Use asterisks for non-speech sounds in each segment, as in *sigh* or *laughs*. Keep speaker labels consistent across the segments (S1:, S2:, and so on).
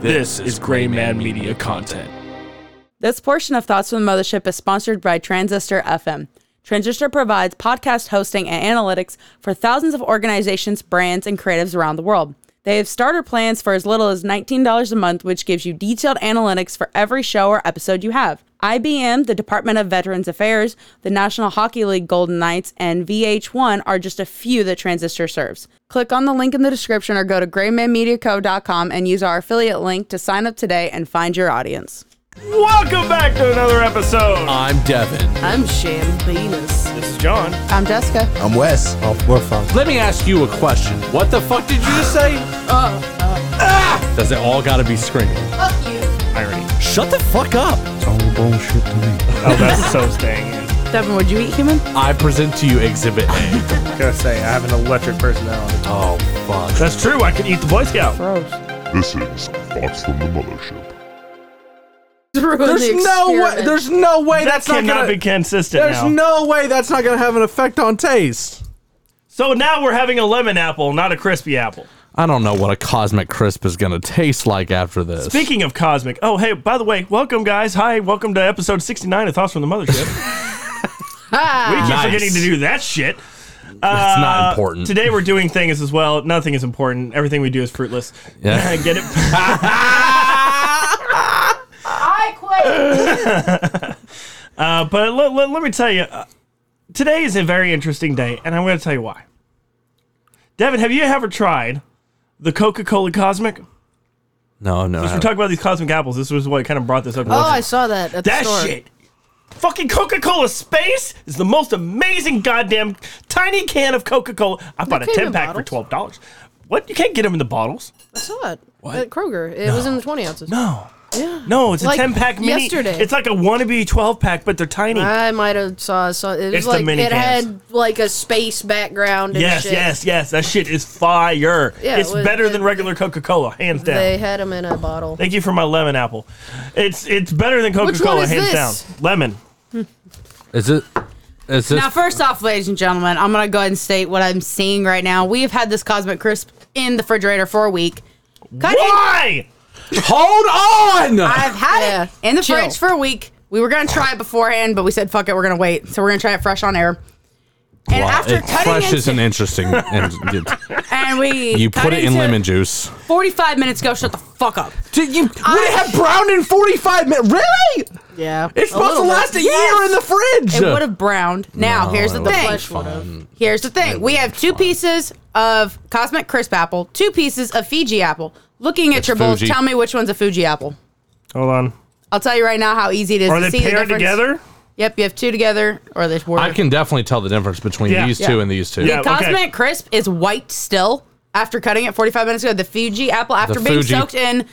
S1: This is Gray Man Media content.
S2: This portion of Thoughts from the Mothership is sponsored by Transistor FM. Transistor provides podcast hosting and analytics for thousands of organizations, brands, and creatives around the world. They have starter plans for as little as $19 a month, which gives you detailed analytics for every show or episode you have. IBM, the Department of Veterans Affairs, the National Hockey League Golden Knights, and VH1 are just a few that Transistor serves. Click on the link in the description or go to graymanmediaco.com and use our affiliate link to sign up today and find your audience.
S3: Welcome back to another episode.
S1: I'm Devin.
S4: I'm Sham Venus.
S3: This is John.
S2: I'm Jessica.
S5: I'm Wes. Oh,
S1: Let me ask you a question. What the fuck did you just say? Ah! Does it all gotta be screaming?
S3: Irony.
S1: Shut the fuck up.
S3: Oh, that's so staying in.
S2: Devin, would you eat human?
S1: I present to you Exhibit A.
S3: Gotta say, I have an electric personality.
S1: *laughs* oh, fuck.
S3: That's true. I can eat the Boy Scout.
S4: Oh.
S2: Gross.
S6: This is Thoughts from the Mothership.
S1: There's no way. There's no way
S3: That
S1: that's not
S3: cannot
S1: gonna.
S3: be consistent
S5: There's
S3: now.
S5: no way that's not gonna have an effect on taste.
S3: so now we're having a lemon apple, not a crispy apple.
S1: I don't know what a cosmic crisp is gonna taste like after this.
S3: Speaking of cosmic, oh hey, by the way, welcome guys. Hi, welcome to episode 69 of Thoughts from the Mothership. we keep
S1: Nice.
S3: forgetting to do that shit.
S1: that's
S3: Uh,
S1: not important.
S3: Today we're doing things as well. Nothing is important. Everything we do is fruitless.
S1: Yeah.
S3: *laughs* Get it?
S4: I quit.
S3: Uh, but let, let, let me tell you, uh, today is a very interesting day, and I'm going to tell you why. Devin, have you ever tried the Coca Cola Cosmic?
S1: No, no. I
S3: We're
S1: haven't.
S3: talking about these cosmic apples. This was what kind of brought this up.
S4: Oh, I saw that at
S3: that
S4: the store.
S3: shit. Fucking Coca Cola Space is the most amazing goddamn tiny can of Coca Cola. I bought a
S4: came
S3: 10
S4: in
S3: pack for $12.
S4: bottles.
S3: What? You can't get them in the bottles.
S4: I saw it at Kroger. It was in the 20 ounces.
S3: No.
S4: Yeah.
S3: No, it's a
S4: Like
S3: 10 pack mini.
S4: yesterday.
S3: It's like a wannabe 12 pack, but they're tiny.
S4: I might have saw, saw it was
S3: It's the
S4: like
S3: mini
S4: it
S3: cans.
S4: had like a space background and
S3: Yes,
S4: shit.
S3: yes, yes. That shit is fire.
S4: Yeah,
S3: it's
S4: it was-
S3: better than
S4: it-
S3: regular Coca Cola, hands down.
S4: They had them in a bottle.
S3: Thank you for my lemon apple. It's it's better than Coca
S4: Which one
S3: Cola,
S4: is
S3: hands
S4: this?
S3: down. Lemon.
S1: Is it? Is this?
S2: Now, first off, ladies and gentlemen, I'm going to go ahead and state what I'm seeing right now. We've had this Cosmic Crisp in the refrigerator for a week. Cut in.
S3: Why?
S1: Hold on.
S2: I've had
S4: Yeah,
S2: it in the
S4: chill.
S2: fridge for a week. We were going to try it beforehand, but we said, fuck it, we're going to wait. So we're going to try it fresh on air. And
S1: Well,
S2: after
S1: it-
S2: cutting
S1: fresh
S2: into,
S1: is an interesting. and
S2: *laughs* and we
S1: you
S2: cut
S1: put it in
S2: into
S1: lemon juice.
S2: 45 minutes ago, shut the fuck up.
S5: Did you? would
S2: I-
S5: it have browned in 45 minutes? Really?
S4: Yeah.
S5: It's
S4: A
S5: supposed to
S4: little bit.
S5: last a year in the fridge.
S2: It would have browned. Now, here's the
S1: it Oh, would've
S2: thing.
S4: Flesh would have.
S2: Here's the thing. We have two pieces of Cosmic Crisp apple, two pieces of Fiji apple. Looking at
S1: It's
S2: your bowls,
S1: Fuji.
S2: tell me which one's a Fuji apple.
S3: Hold on.
S2: I'll tell you right now how easy it is to
S3: Are they
S2: see the
S3: paired
S2: difference.
S3: together?
S2: Yep, you have two together, or there's word.
S1: I can definitely tell the difference between
S3: Yeah.
S1: these
S2: Yeah.
S1: two and these two.
S3: Yeah. okay.
S2: Cosmic Crisp is white still after cutting it 45 minutes ago. The Fuji apple, after being
S1: Fuji.
S2: soaked in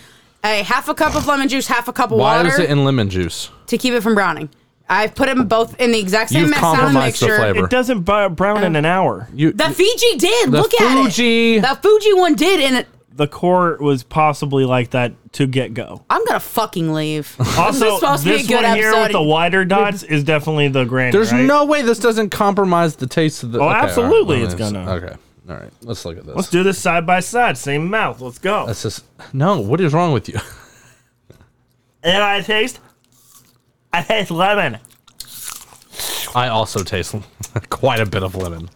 S2: a half a cup of lemon juice, half a cup of
S1: Why
S2: water
S1: is it in lemon juice?
S2: to keep it from browning. I've put them both in the exact same
S1: You've
S2: amount of
S1: compromised the
S2: mixture.
S1: flavor.
S3: It doesn't bu- brown
S4: Uh-huh.
S3: in an hour.
S1: You,
S2: The Fiji did.
S1: The
S2: Look at it.
S1: Fuji.
S2: The Fuji one did, and it,
S3: The core was possibly like that to get
S4: *laughs*
S3: go.
S2: I'm gonna fucking
S3: *laughs*
S2: leave.
S3: Also,
S2: supposed to be a
S3: this
S2: good
S3: one here with
S2: episode.
S3: the wider dots is definitely the grand.
S1: there's
S3: right?
S1: no way this doesn't compromise the taste of the.
S3: Oh,
S1: all
S3: absolutely
S1: well,
S3: it's gonna.
S1: Okay, all right. Let's look at this.
S3: Let's do this side by side, same mouth. Let's go.
S1: That's just no. What is wrong with you?
S3: and I taste. I taste lemon.
S1: I also taste *laughs* quite a bit of lemon.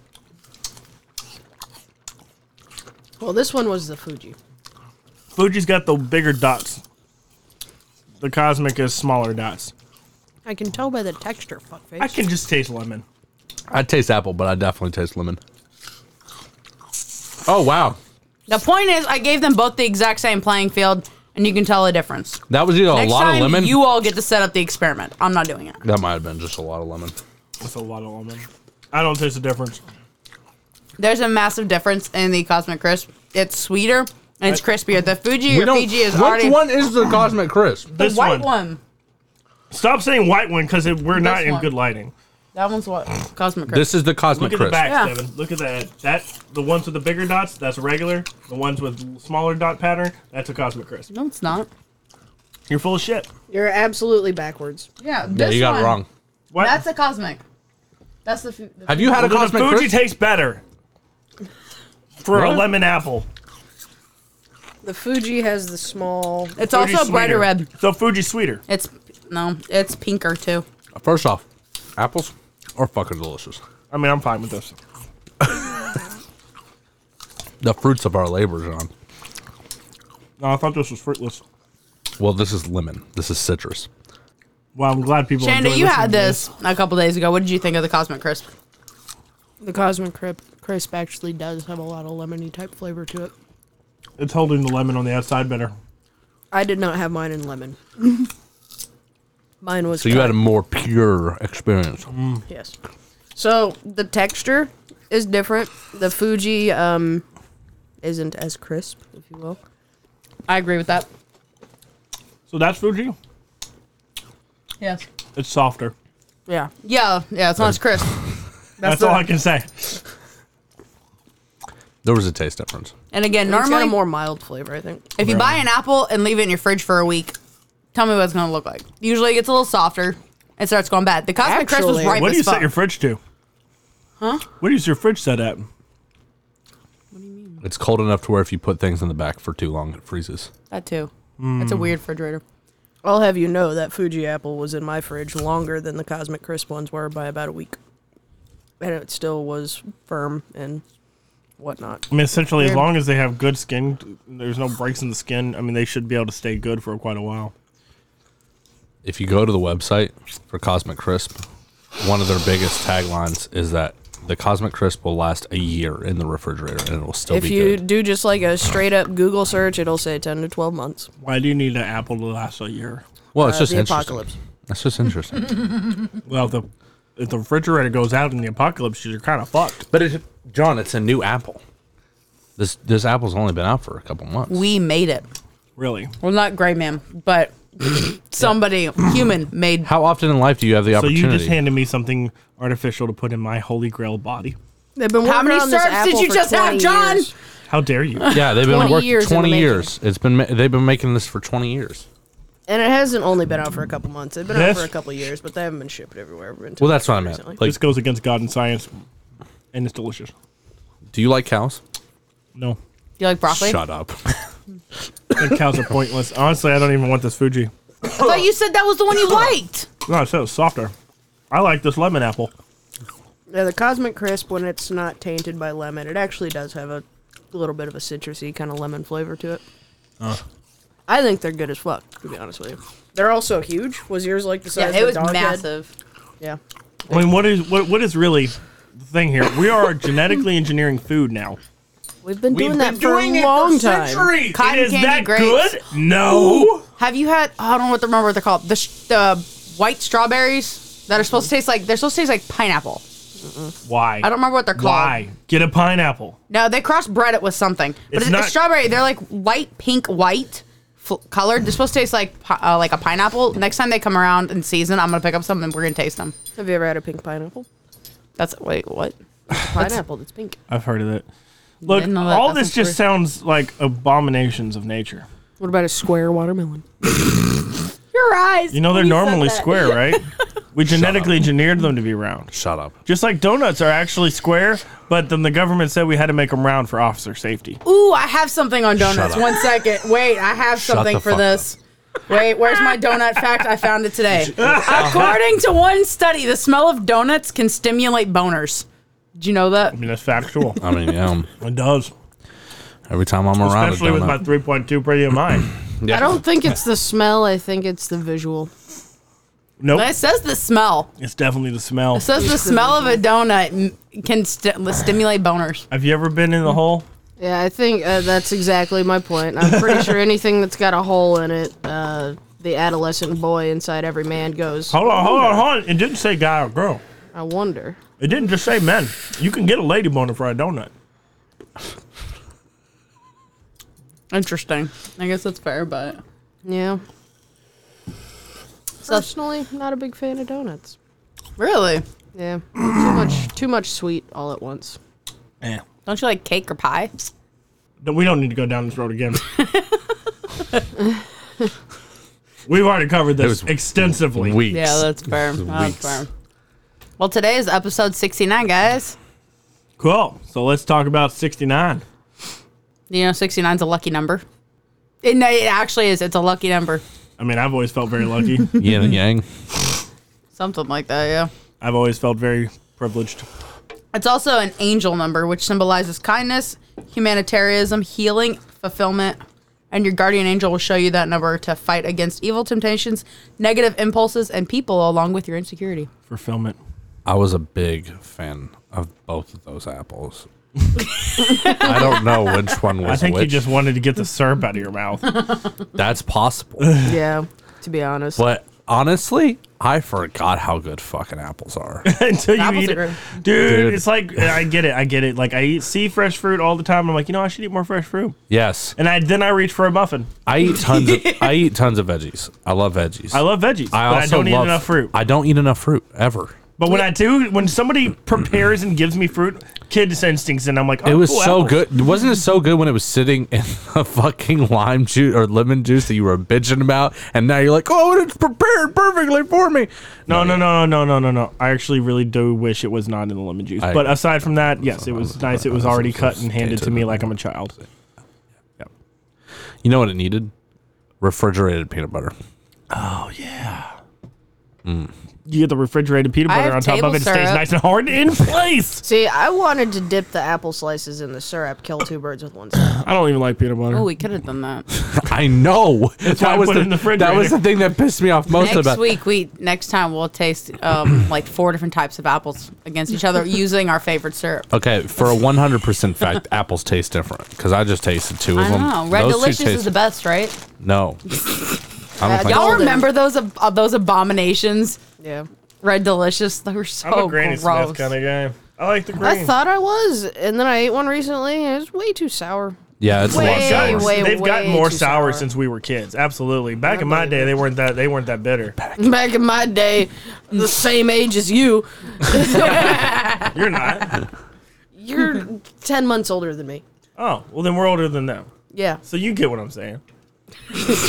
S4: Well, this one was the Fuji.
S3: Fuji's got the bigger dots. The cosmic is smaller dots.
S4: I can tell by the texture, fuckface.
S3: I can just taste lemon.
S1: I taste apple, but I definitely taste lemon. Oh wow,
S2: the point is, I gave them both the exact same playing field, and you can tell the difference.
S1: that was either a
S2: Next
S1: lot
S2: time,
S1: of lemon.
S2: you all get to set up the experiment. I'm not doing it.
S1: that might have been just a lot of lemon.
S3: That's a lot of lemon. I don't taste the difference.
S2: There's a massive difference in the Cosmic Crisp. It's sweeter and it's crispier. The Fuji or Fiji is
S1: which
S2: already
S1: one is the cosmic crisp?
S2: the
S3: This
S2: white one.
S3: one. Stop saying white one because we're not
S2: This
S3: in
S2: one.
S3: good lighting.
S2: That one's what Cosmic Crisp.
S1: This is the cosmic
S3: Look at the
S1: crisp.
S3: back,
S2: Yeah.
S3: Devin. Look at that. That the ones with the bigger dots, that's regular. The ones with smaller dot pattern, that's a cosmic crisp.
S2: no, it's not.
S3: You're full of shit.
S4: You're absolutely backwards.
S2: Yeah,
S1: yeah, you got it wrong.
S3: What?
S2: That's a Cosmic. That's the. Fu- the
S1: Have you had a
S3: Well, then
S1: cosmic
S3: the Fuji
S1: crisp?
S3: tastes better for a
S1: Really?
S3: lemon apple.
S4: The Fuji has the small.
S2: It's
S3: Fuji's
S2: also a brighter
S3: sweeter.
S2: red.
S3: So Fuji's sweeter.
S2: It's no, it's pinker too.
S1: First off, apples are fucking delicious.
S3: I mean, I'm fine with this.
S1: The fruits of our labor, John.
S3: No, I thought this was fruitless.
S1: Well, this is lemon. This is citrus.
S3: Well, I'm glad people.
S2: Shanda,
S3: enjoy
S2: you
S3: listening
S2: had
S3: to
S2: this a couple days ago. What did you think of the Cosmic Crisp?
S4: The Cosmic Crisp, Crisp actually does have a lot of lemony type flavor to it.
S3: It's holding the lemon on the outside better.
S4: I did not have mine in *laughs* lemon. mine was.
S1: So you had a more pure experience.
S4: Yes. So the texture is different. The Fuji um, isn't as crisp, if you will.
S2: I agree with that.
S3: So that's Fuji.
S2: Yes.
S3: It's softer.
S4: Yeah.
S2: Yeah, yeah, it's not as crisp.
S3: That's,
S2: the-
S3: all I can say.
S1: There was a taste difference.
S2: And again,
S4: Normally,
S2: normally,
S4: a more mild flavor, I think.
S2: if you buy an apple and leave it in your fridge for a week, tell me what it's going to look like. Usually, it gets a little softer and starts going bad. The Cosmic Crisp was
S4: Actually-
S2: ripe
S3: What do you
S2: as fuck.
S3: set your fridge to? Huh? What is your fridge set at?
S1: It's cold enough to where if you put things in the back for too long, it freezes.
S2: that too. That's a weird refrigerator.
S4: I'll have you know that Fuji apple was in my fridge longer than the Cosmic Crisp ones were by about a week. And it still was firm and whatnot.
S3: I mean, essentially, as long as they have good skin, there's no breaks in the skin. I mean, they should be able to stay good for quite a while.
S1: If you go to the website for Cosmic Crisp, one of their biggest taglines is that the Cosmic Crisp will last a year in the refrigerator and it will still
S4: If
S1: be
S4: you
S1: good.
S4: do just like a straight up Google search, it'll say 10 to 12 months.
S3: Why do you need an apple to last a year?
S1: Well, it's
S4: Uh,
S1: just
S4: the
S1: interesting.
S4: apocalypse.
S1: That's just interesting. *laughs*
S3: Well, if the if the refrigerator goes out in the apocalypse, you're kind of fucked.
S1: but it, John, it's a new apple. This this apple's only been out for a couple months.
S2: We made it.
S3: Really?
S2: Well, not Gray Man, but somebody, human, made.
S1: How often in life do you have the
S3: So
S1: opportunity?
S3: you just handed me something artificial to put in my holy grail body.
S4: They've been
S2: How
S4: working
S2: many
S4: on this
S2: syrups did
S4: apple
S2: you
S4: for
S2: just have,
S4: 20
S2: John?
S4: years.
S3: How dare you?
S1: yeah, they've been
S4: 20
S1: working
S4: years in the
S1: twenty
S4: making.
S1: years. It's been ma- they've been making this for twenty years.
S4: And it hasn't only been out for a couple months. It's been
S3: This-
S4: out for a couple years, but they haven't been shipped everywhere. Been
S1: Well, that's what I meant.
S4: Recently.
S1: Like,
S3: this goes against God and science, and it's delicious.
S1: do you like cows?
S3: No,
S2: You like broccoli?
S1: Shut up. *laughs*
S3: the cows are pointless. Honestly, I don't even want this Fuji.
S2: I thought you said that was the one you liked.
S3: No, I said it was softer. I like this lemon apple.
S4: Yeah, the Cosmic Crisp, when it's not tainted by lemon, it actually does have a little bit of a citrusy kind of lemon flavor to it. I think they're good as fuck, to be honest with you. They're also huge. Was yours like the size?
S2: yeah, it
S4: of a
S2: was
S4: dog head?
S2: massive.
S4: Yeah.
S3: I mean, what is what, what is really the thing here? We are genetically engineering food now.
S4: We've been doing that for a long time.
S2: Cotton
S3: is
S2: candy
S3: that
S2: grapes.
S3: good? No.
S2: Have you had? I don't know what the remember what they're called. The, sh- the white strawberries that are supposed to taste like they're supposed to taste like pineapple.
S3: Why?
S2: I don't remember what they're called.
S3: Why? Get a pineapple.
S2: No, they crossbred it with something. But
S3: It's
S2: it's,
S3: not-
S2: a strawberry. They're like light pink, white fl- colored. They're supposed to taste like pi- uh, like a pineapple. Next time they come around in season, I'm gonna pick up some and we're gonna taste them.
S4: Have you ever had a pink pineapple?
S2: That's wait, what?
S4: Pineapple that's pink.
S3: I've heard of it. Look,
S2: Didn't know that.
S3: all
S2: That's
S3: this just
S2: true.
S3: sounds like abominations of nature.
S4: What about a square watermelon?
S2: Your eyes.
S3: You know, they're normally
S2: *laughs*
S3: square, right? We genetically engineered them to be round.
S1: Shut up.
S3: Just like donuts are actually square, but then the government said we had to make them round for officer safety.
S2: Ooh, I have something on
S1: Shut
S2: donuts.
S1: up.
S2: One second. Wait, I have
S1: Shut
S2: something
S1: the
S2: for
S1: fuck
S2: this. Wait, where's my donut fact? I found it today.
S1: Uh-huh.
S2: According to one study, the smell of donuts can stimulate boners. Did you know that?
S3: I mean, that's *laughs* factual.
S1: I mean, yeah. um,
S3: it does.
S1: Every time I'm around,
S3: Especially
S1: a
S3: with
S1: donut.
S3: *laughs* my 3.2 *clears throat* BMI.
S1: Yeah.
S4: I don't think it's the smell. I think it's the visual.
S3: Nope.
S2: It says the smell.
S3: It's definitely the smell.
S2: It says the smell of a donut m- can st- stimulate boners.
S3: Have you ever been in the hole?
S4: Yeah, I think uh, that's exactly my point. I'm pretty sure anything that's got a hole in it, uh, the adolescent boy inside every man goes.
S3: Hold on, hold on, hold on. It didn't say guy or girl.
S4: I wonder.
S3: It didn't just say men. You can get a lady boner for a donut.
S2: Interesting. I guess that's fair, but
S4: Yeah. Personally, not a big fan of donuts.
S2: really,
S4: Yeah, too much, too much sweet all at once.
S3: Yeah.
S2: don't you like cake or pie?
S3: We don't need to go down this road again. *laughs* We've already covered this
S1: It was
S3: extensively.
S1: Weeks.
S2: Yeah, that's fair. That's
S1: Weeks.
S2: fair. Well, today is episode sixty-nine, guys.
S3: Cool. So let's talk about 69.
S2: You know, 69's a lucky number. It, no, it actually is. It's a lucky number.
S3: I mean, I've always felt very lucky.
S1: Yin and yang.
S2: Something like that, yeah.
S3: I've always felt very privileged.
S2: It's also an angel number, which symbolizes kindness, humanitarianism, healing, fulfillment. And your guardian angel will show you that number to fight against evil temptations, negative impulses, and people, along with your insecurity.
S3: Fulfillment.
S1: I was a big fan of both of those apples. I don't know which one was
S3: I think
S1: which.
S3: you just wanted to get the syrup out of your mouth. *laughs*
S1: That's possible.
S4: Yeah, to be honest.
S1: But honestly, I forgot how good fucking apples are.
S3: until you
S2: Apples
S3: eat
S2: are
S3: it. Dude,
S2: good.
S1: Dude.
S3: it's like I get it, I get it. Like I eat, see fresh fruit all the time. I'm like, you know, I should eat more fresh fruit.
S1: yes,
S3: And I then I reach for a muffin.
S1: I eat tons. Of, I eat tons of veggies. I love veggies.
S3: I love veggies, but I don't eat enough fruit.
S1: I don't eat enough fruit ever.
S3: but when I do, when somebody
S1: *clears throat*
S3: prepares and gives me fruit, kid's instincts, and I'm like, oh,
S1: It was
S3: cool,
S1: so
S3: apples.
S1: good. Wasn't it so good when it was sitting in *laughs* the fucking lime juice or lemon juice that you were bitching about, and now you're like, oh, it's prepared perfectly for me.
S3: No, no, no, no, no, no, no. I actually really do wish it was not in the lemon juice.
S1: I
S3: but
S1: agree.
S3: aside from that, yes, it was nice. It was already
S1: it's
S3: cut and handed to
S1: dated.
S3: me like I'm a child.
S1: You know what it needed? Refrigerated peanut butter. *laughs*
S3: You get the refrigerated peanut
S2: I
S3: butter
S2: have
S3: on top of
S2: table
S3: it. It stays
S2: syrup.
S3: nice and hard
S4: *laughs*
S3: in place.
S4: See, I wanted to dip the apple slices in the syrup, kill two birds with one
S3: *coughs*
S4: stone.
S3: I don't even like peanut butter.
S2: Oh, we could have
S1: *laughs*
S2: done that.
S1: I know.
S3: why I
S1: was
S3: put
S1: the,
S3: it in the
S1: that was
S3: refrigerator.
S1: the thing that pissed me off most
S2: next
S1: about.
S2: week, we next time we'll taste um, like four different types of apples against
S1: *laughs*
S2: each other using our favorite syrup.
S1: Okay, for a 100% fact, *laughs* apples taste different because I just tasted two of
S2: I
S1: them.
S2: know. Red
S1: Those two
S2: Delicious is
S1: taste-
S2: the best, right? *laughs*
S1: No. I don't
S4: Uh,
S1: think
S4: y'all-
S2: Y'all
S4: Golden.
S2: remember those ab- uh, those abominations?
S4: Yeah.
S2: Red Delicious. They were so
S3: I'm a Granny
S2: gross.
S3: Smith kind of guy. I like the green.
S4: oh, I thought I was, and then I ate one recently, and it was way too sour.
S1: Yeah, it's
S4: Wait,
S1: a lot
S4: wait,
S1: sour.
S4: wait.
S3: They've gotten
S4: way
S3: more
S4: too
S3: sour,
S4: sour.
S3: since we were kids. Absolutely. Back in my day, they weren't that they weren't that bitter.
S4: Back in my day, the same age as you,
S3: You're
S4: *laughs*
S3: not. *laughs*
S4: you're 10 months older than me.
S3: Oh well, then we're older than them.
S4: Yeah.
S3: So you get what I'm saying.
S4: *laughs*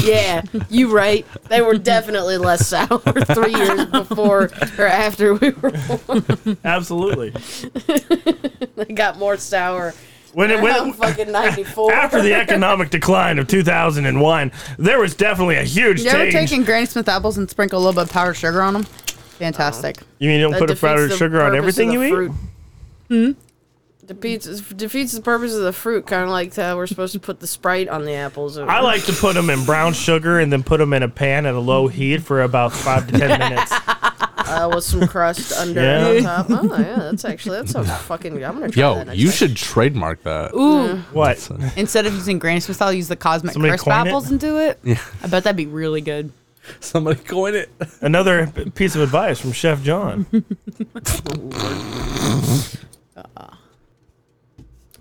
S4: Yeah, you right. They were definitely less sour *laughs* three years before or after we were
S3: Absolutely.
S4: they got more sour.
S3: When it
S4: *laughs* I'm
S3: when
S4: fucking 94.
S3: after the economic decline of 2001, there was definitely a huge
S2: You ever
S3: change.
S2: taken Granny Smith apples and sprinkle a little bit of powdered sugar on them? Fantastic.
S3: you mean you don't
S4: That
S3: put a
S4: defeats
S3: powdered
S4: the
S3: sugar on
S4: purpose of
S3: everything
S4: the
S3: you eat?
S4: fruit. Defeats, defeats the purpose of the fruit, kind of like how we're supposed to put the Sprite on the apples.
S3: I like to put them in brown sugar and then put them in a pan at a low heat for about five to ten *laughs* minutes.
S4: uh, with
S3: *laughs*
S4: some crust under
S3: Yeah.
S4: and on top. Oh yeah, that's actually that sounds fucking. I'm gonna try
S1: Yo,
S4: that next
S1: you
S4: time.
S1: should trademark that.
S2: Ooh.
S3: What?
S2: *laughs*
S3: *laughs*
S2: Instead of using Granny Smith, I'll use the Cosmic
S3: Somebody
S2: Crisp
S3: coin it?
S2: apples and do it. Yeah. I bet that'd be really good.
S1: Somebody coin it.
S3: Another p- piece of advice from Chef John.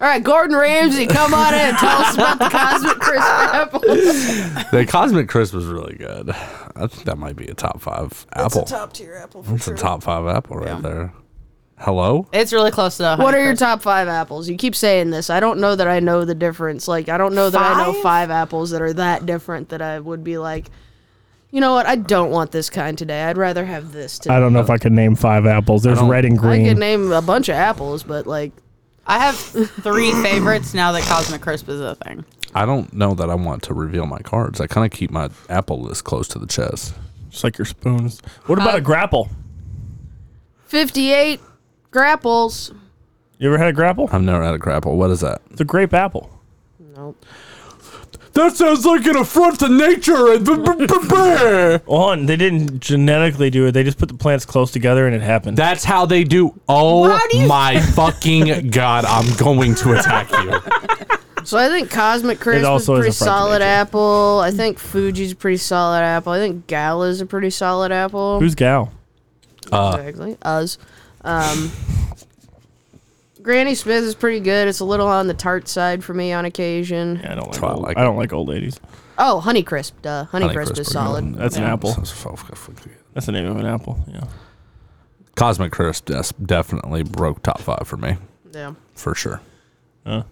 S4: All right, Gordon Ramsay, come on in. and Tell us about the Cosmic Crisp apples.
S1: *laughs* The Cosmic Crisp was really good. I think that might be a top five apple. It's a top tier apple. That's a top five apple right there. Hello?
S2: It's really close to the
S4: What
S2: honey
S4: are your
S2: crisp.
S4: top five apples? You keep saying this. I don't know that I know the difference. Like I don't know that I know
S2: Five?
S4: five apples that are that different that I would be like. You know what? I don't want this kind today. I'd rather have this today.
S3: don't know if I could name five apples. There's
S1: don't- red
S3: and
S4: I could name a bunch of apples, but like
S2: I have *laughs* three favorites now that Cosmic Crisp is a thing.
S1: I don't know that I want to reveal my cards. I kind of keep my apple list close to the chest.
S3: Just like your spoons. What about a grapple?
S4: fifty-eight grapples.
S3: You ever had a grapple?
S1: I've never had a grapple. What is that?
S3: It's a grape apple.
S4: Nope.
S1: That sounds like an affront to nature. And
S3: Well, and they didn't genetically do it. They just put the plants close together and it happened.
S1: That's how they do. Oh
S2: How do you-
S1: my fucking god! I'm going to attack you.
S4: So I think Cosmic Crisp is
S3: also is
S4: pretty
S3: a front to
S4: solid
S3: nature.
S4: apple. I think Fuji's a pretty solid apple. I think Gala's a pretty solid apple.
S3: Who's gal? Uh.
S4: exactly? Us. Um, Granny Smith is pretty good. It's a little on the tart side for me on occasion.
S3: Yeah, I don't like.
S1: why I
S3: Old,
S1: like
S3: I don't like old ladies.
S4: Oh, Honey Crisp, duh. Honey, Crisp,
S1: Crisp
S4: is
S1: are
S4: solid.
S1: good.
S3: That's an apple.
S1: Sounds so fucking good.
S3: That's the name of an apple. Yeah.
S1: Cosmic Crisp des- definitely broke top five for me,
S4: Yeah,
S1: for sure.
S3: Huh.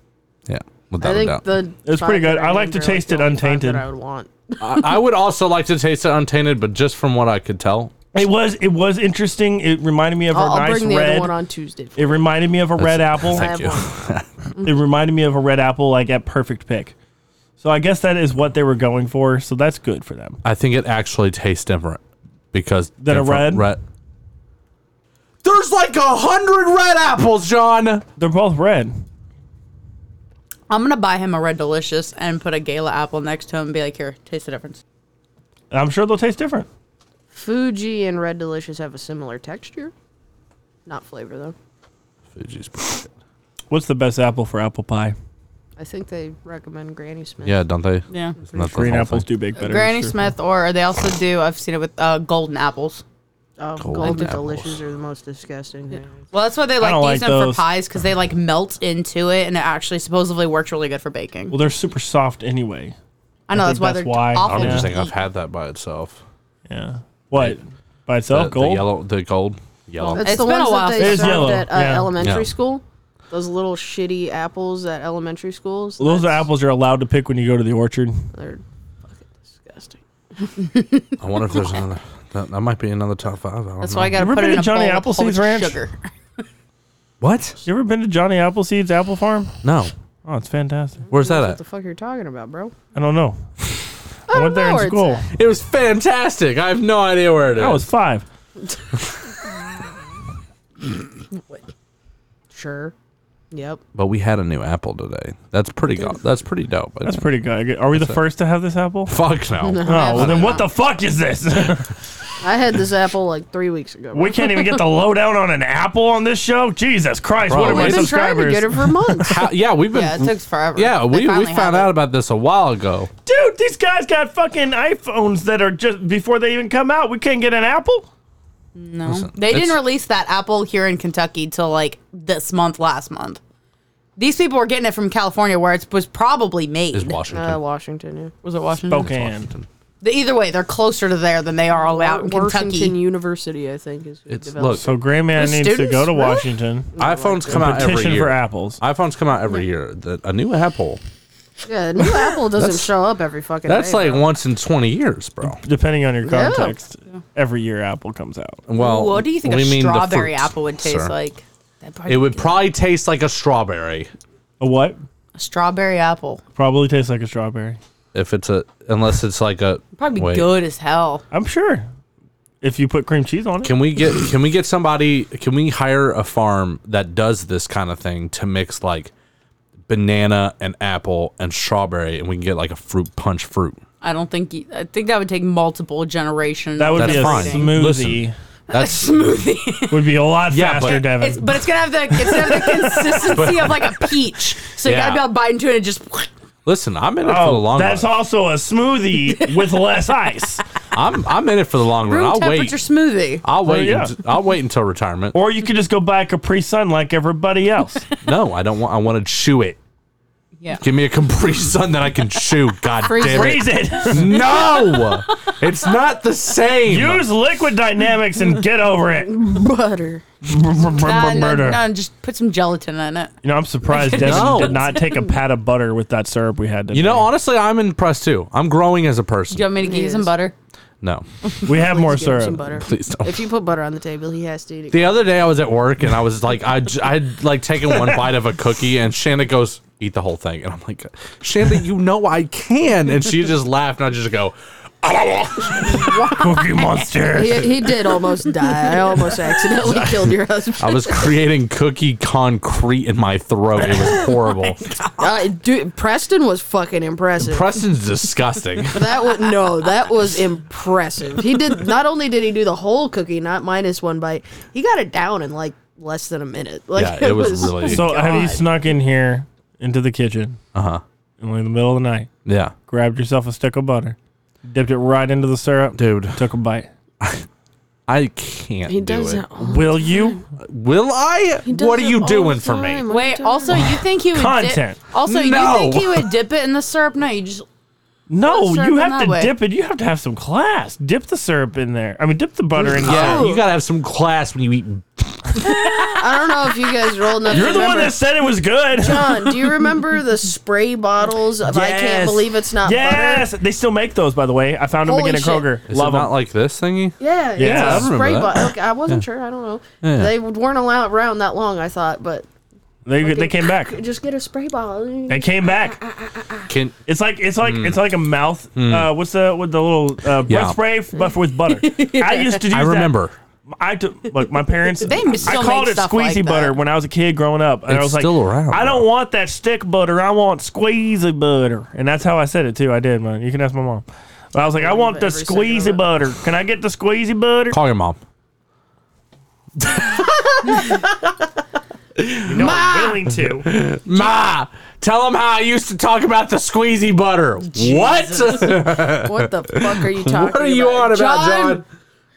S1: Yeah,
S4: I
S1: without a
S4: think
S1: doubt.
S4: the
S3: It's
S4: five
S3: pretty good.
S4: that
S3: I like
S4: named
S3: to
S4: are,
S3: taste
S4: the
S3: it
S4: only five
S3: untainted.
S4: That I would want.
S1: I, I would also like to taste it untainted, but just from what I could tell,
S3: It was. It was interesting. It reminded me of
S4: I'll,
S3: a
S4: I'll
S3: nice
S4: bring the other
S3: red.
S4: one on Tuesday.
S3: It reminded me of a red apple.
S4: I
S1: Thank
S4: have
S1: you.
S4: one.
S3: It reminded me of a red apple like at perfect pick. So I guess that is what they were going for. So that's good for them.
S1: I think it actually tastes different because
S3: Than a
S1: different
S3: red?
S5: There's like a hundred red apples, John.
S3: They're both red.
S2: I'm gonna buy him a Red Delicious and put a Gala apple next to him and be like, here, taste the difference.
S3: And I'm sure they'll taste different.
S4: Fuji and Red Delicious have a similar texture. Not flavor though.
S1: Fuji's pretty good.
S3: What's the best apple for apple pie?
S4: I think they recommend Granny Smith.
S1: Yeah, don't they?
S2: Yeah.
S1: Isn't that the
S3: Green
S1: whole
S3: apples
S1: thing?
S3: do bake better.
S2: Granny
S3: it's true.
S2: Smith, or they also do. I've seen it with uh, golden apples.
S4: Oh,
S1: Golden
S4: golden
S1: apples.
S4: delicious are the most disgusting. things.
S2: Well, that's why they
S3: don't
S2: like
S3: like
S2: use them
S3: those.
S2: for pies because they like melt into it, and it actually supposedly works really good for baking.
S3: Well, they're super soft anyway.
S2: I know
S3: I
S2: that's
S3: think
S2: why
S3: that's
S2: they're
S3: why.
S1: I
S2: awful.
S1: don't
S3: Yeah.
S1: just
S2: to
S1: think I've
S2: eat.
S1: had that by itself.
S3: Yeah. What? By itself,
S1: the, the
S3: Oh, gold.
S1: yellow, the gold, yellow.
S4: That's
S2: It's
S4: the
S2: been
S4: ones
S2: a while
S4: that
S2: since
S4: they
S3: It is
S4: served
S3: yellow,
S4: at uh,
S3: yeah.
S4: elementary
S1: Yeah.
S4: school. Those little shitty apples at elementary schools.
S3: Well, Those are
S4: that's-
S3: apples you're allowed to pick when you go to the orchard.
S4: They're fucking disgusting.
S1: I wonder if there's another. That, that might be another top five. I don't
S2: That's
S1: know.
S2: why I gotta
S3: You ever
S2: put
S3: been
S2: it in
S3: to
S2: a
S3: Johnny
S2: bowl with a whole
S3: Appleseed's
S2: bunch of
S3: Ranch? *laughs*
S2: sugar.
S1: What?
S3: You ever been to Johnny Appleseed's apple farm?
S1: No.
S3: Oh, it's fantastic.
S1: Where's that
S4: What
S1: at?
S4: the fuck you're talking about, bro?
S3: I don't know. I,
S4: don't
S3: went there
S4: know
S3: in
S4: where it's
S3: school.
S5: It was fantastic. I have no idea where it is.
S3: I was five.
S4: Sure. Yep.
S1: But we had a new apple today. That's pretty. Go- that's pretty dope.
S3: That's pretty good. Are we the first to have this apple?
S1: Fuck no.
S3: Oh, well, then what the fuck is this? *laughs*
S4: I had this apple like three weeks ago.
S3: we can't even get the lowdown on an apple on this show. Jesus Christ! What
S1: Bro.
S3: are my
S1: We've
S4: I've been trying to
S3: subscribers?
S4: get it
S3: *laughs*
S4: for months.
S1: How- yeah, we've been.
S2: Yeah, it took forever.
S1: Yeah,
S2: They
S1: we, we
S2: finally have
S1: found
S2: it.
S1: out about this a while ago.
S3: Dude, these guys got fucking iPhones that are just before they even come out. We can't get an apple.
S2: No, they didn't
S1: it's-
S2: release that apple here in Kentucky till like this month, last month. These people were getting it from California, where it was probably made.
S1: Is Washington?
S4: uh, Washington, yeah.
S2: was it Washington?
S3: Spokane.
S2: The- Either way, they're closer to there than they are all out in
S4: Washington
S2: Kentucky.
S4: University, I think, is who
S1: It's-
S4: developed
S1: look,
S4: it.
S3: So Grandman
S2: The
S3: needs to go
S2: students,
S3: to
S2: really?
S3: Washington.
S1: iPhones come out every
S3: Petition
S1: year.
S3: for apples.
S1: iPhones come out every year. The, a new Apple.
S4: Yeah, the
S3: *laughs*
S4: new apple doesn't
S1: That's-
S4: show up every fucking
S1: That's
S4: day.
S1: like once in twenty years, bro.
S3: Depending on your
S4: Yeah.
S3: context, every year apple comes out.
S1: Well,
S2: what do you think
S1: we
S2: a
S1: mean the
S2: strawberry
S1: fruit,
S2: apple would taste
S1: sir.
S2: like? That'd probably
S1: It would
S2: be good.
S1: probably taste like a strawberry
S3: A what?
S2: a strawberry apple
S3: Probably tastes like a strawberry.
S1: if it's a unless it's like a
S2: probably be
S1: wait.
S2: good as hell.
S3: I'm sure. If you put cream cheese on it.
S1: Can we get can we get somebody can we hire a farm that does this kind of thing to mix like banana and apple and strawberry and we can get like a fruit punch fruit.
S2: I don't think you, I think that would take multiple generations.
S3: that would
S1: That's
S3: be a
S1: fine.
S3: smoothie.
S1: Listen. That's
S2: smoothie.
S3: Would be a lot
S1: Yeah,
S3: faster,
S1: but-
S3: Devin.
S2: It's, but it's gonna have the it's gonna have the *laughs* consistency of like *laughs* a peach. So you
S1: Yeah.
S2: gotta be able to bite into it and just.
S1: listen, I'm in it for the
S3: oh,
S1: long
S3: that's
S1: run.
S3: also a smoothie with less ice.
S1: I'm I'm in it for the long run.
S2: Room
S1: I'll
S2: temperature
S1: wait.
S2: smoothie.
S1: I'll wait.
S3: yeah.
S1: unt- I'll wait until retirement.
S3: Or you could just go buy a Capri Sun like everybody else.
S1: no, I don't want. I want to chew it.
S2: Yeah.
S1: Give me a Capri *laughs* Sun that I can chew. God *laughs*
S4: Freeze
S1: damn it! *laughs*
S3: Freeze it.
S1: No, it's not the same.
S3: Use liquid dynamics and get over
S2: *laughs*
S3: it.
S4: butter.
S2: Nah, nah,
S3: Murder.
S2: nah, just put some gelatin in it.
S3: You know, I'm *laughs* surprised Devin
S1: No.
S3: did
S2: *laughs*
S3: not take a pat of butter with that syrup we had. Today.
S1: you know, honestly, I'm impressed too. I'm growing as a person.
S2: Do you want me to give you some
S4: Yes.
S2: butter?
S1: No, *laughs*
S3: we have more
S4: Just give him
S3: syrup.
S4: Some butter.
S1: please don't.
S4: If you put butter on the table, he has to eat it.
S1: The other day I was at work and I was like, I j- I had like taken one bite of a cookie and Shanda goes, eat the whole thing. And I'm like, Shanda, you know I can. And she just laughed and I just go,
S3: *laughs* Cookie Monster.
S4: he, he did almost die. I almost accidentally killed your husband.
S1: *laughs* I was creating cookie concrete in my throat. It was
S3: *laughs* Oh
S1: horrible.
S4: Uh, dude, Preston was fucking impressive.
S1: Preston's
S3: *laughs*
S1: disgusting.
S4: that was no, that was impressive. He did not only did he do the whole cookie, not minus one bite. He got it down in like less than a minute. Like
S1: Yeah, it was really-
S3: So have you
S4: God.
S3: snuck in here into the kitchen? Uh
S1: Uh-huh.
S3: huh. In the middle of the night,
S1: Yeah.
S3: grabbed yourself a stick of butter, dipped it right into the syrup,
S1: Dude,
S3: took a bite.
S1: I can't
S4: He
S1: do
S4: does
S1: it.
S4: it. all-
S2: *laughs*
S3: Will you?
S1: Will I?
S4: does
S1: What are
S4: it
S1: you
S4: all
S1: doing
S4: the
S1: for me?
S4: time.
S2: Wait. Also, you think you would
S3: Content.
S2: Dip,
S1: No.
S2: also, you think you would dip it in the syrup? No, you just
S3: No,
S2: Put syrup
S3: you
S2: in
S3: have
S2: that
S3: to
S2: way.
S3: dip it. You have to have some class. Dip the syrup in there. I mean, dip the butter in.
S1: Yeah,
S4: Oh.
S3: there.
S1: you gotta have some class when you eat.
S4: I don't know if you guys are old enough.
S3: You're
S4: to
S3: the one
S4: remember.
S3: that said it was good.
S4: *laughs* John, do you remember the spray bottles of I
S3: Yes.
S4: can't believe it's not
S3: Yes, they still make those. By the way, I found them
S4: Holy
S3: again at
S4: shit.
S3: Kroger.
S1: Is
S3: Love
S1: it
S3: them.
S1: not like this thingy?
S4: butter? Yeah,
S3: Yeah, I
S4: it's a
S1: remember
S4: spray
S1: that.
S4: bottle. Okay, I wasn't sure. I don't know.
S1: Yeah.
S4: They weren't allowed around that long. I thought, but
S3: They they came back.
S4: Just get a spray bottle.
S3: They came back.
S1: Can
S3: It's like it's like it's like a mouth. Uh, what's the with the little uh, breath
S1: Hmm. Yeah.
S3: spray, f- but with
S4: *laughs*
S3: butter. I used to do.
S1: I
S3: that.
S1: remember.
S3: I took look. My parents.
S7: They
S3: I
S7: still
S3: called
S7: make
S3: it
S7: stuff
S3: squeezy
S7: like
S3: butter
S7: that.
S3: when I was a kid growing up, and I
S1: It's
S3: was like,
S1: still around,
S3: I don't
S1: though.
S3: want that stick butter. I want squeezy butter, and that's how I said it too. I did, man. You can ask my mom. But I was like, I want the
S4: Every second of
S3: squeezy
S4: it.
S3: butter. Can I get the squeezy butter?
S1: Call your mom.
S3: You know, I'm willing
S1: *laughs*
S3: to.
S1: Ma, tell them how I used to talk about the squeezy butter. What?
S4: What the fuck are you talking
S1: *laughs*
S4: about?
S1: what are you on about, John?
S7: John?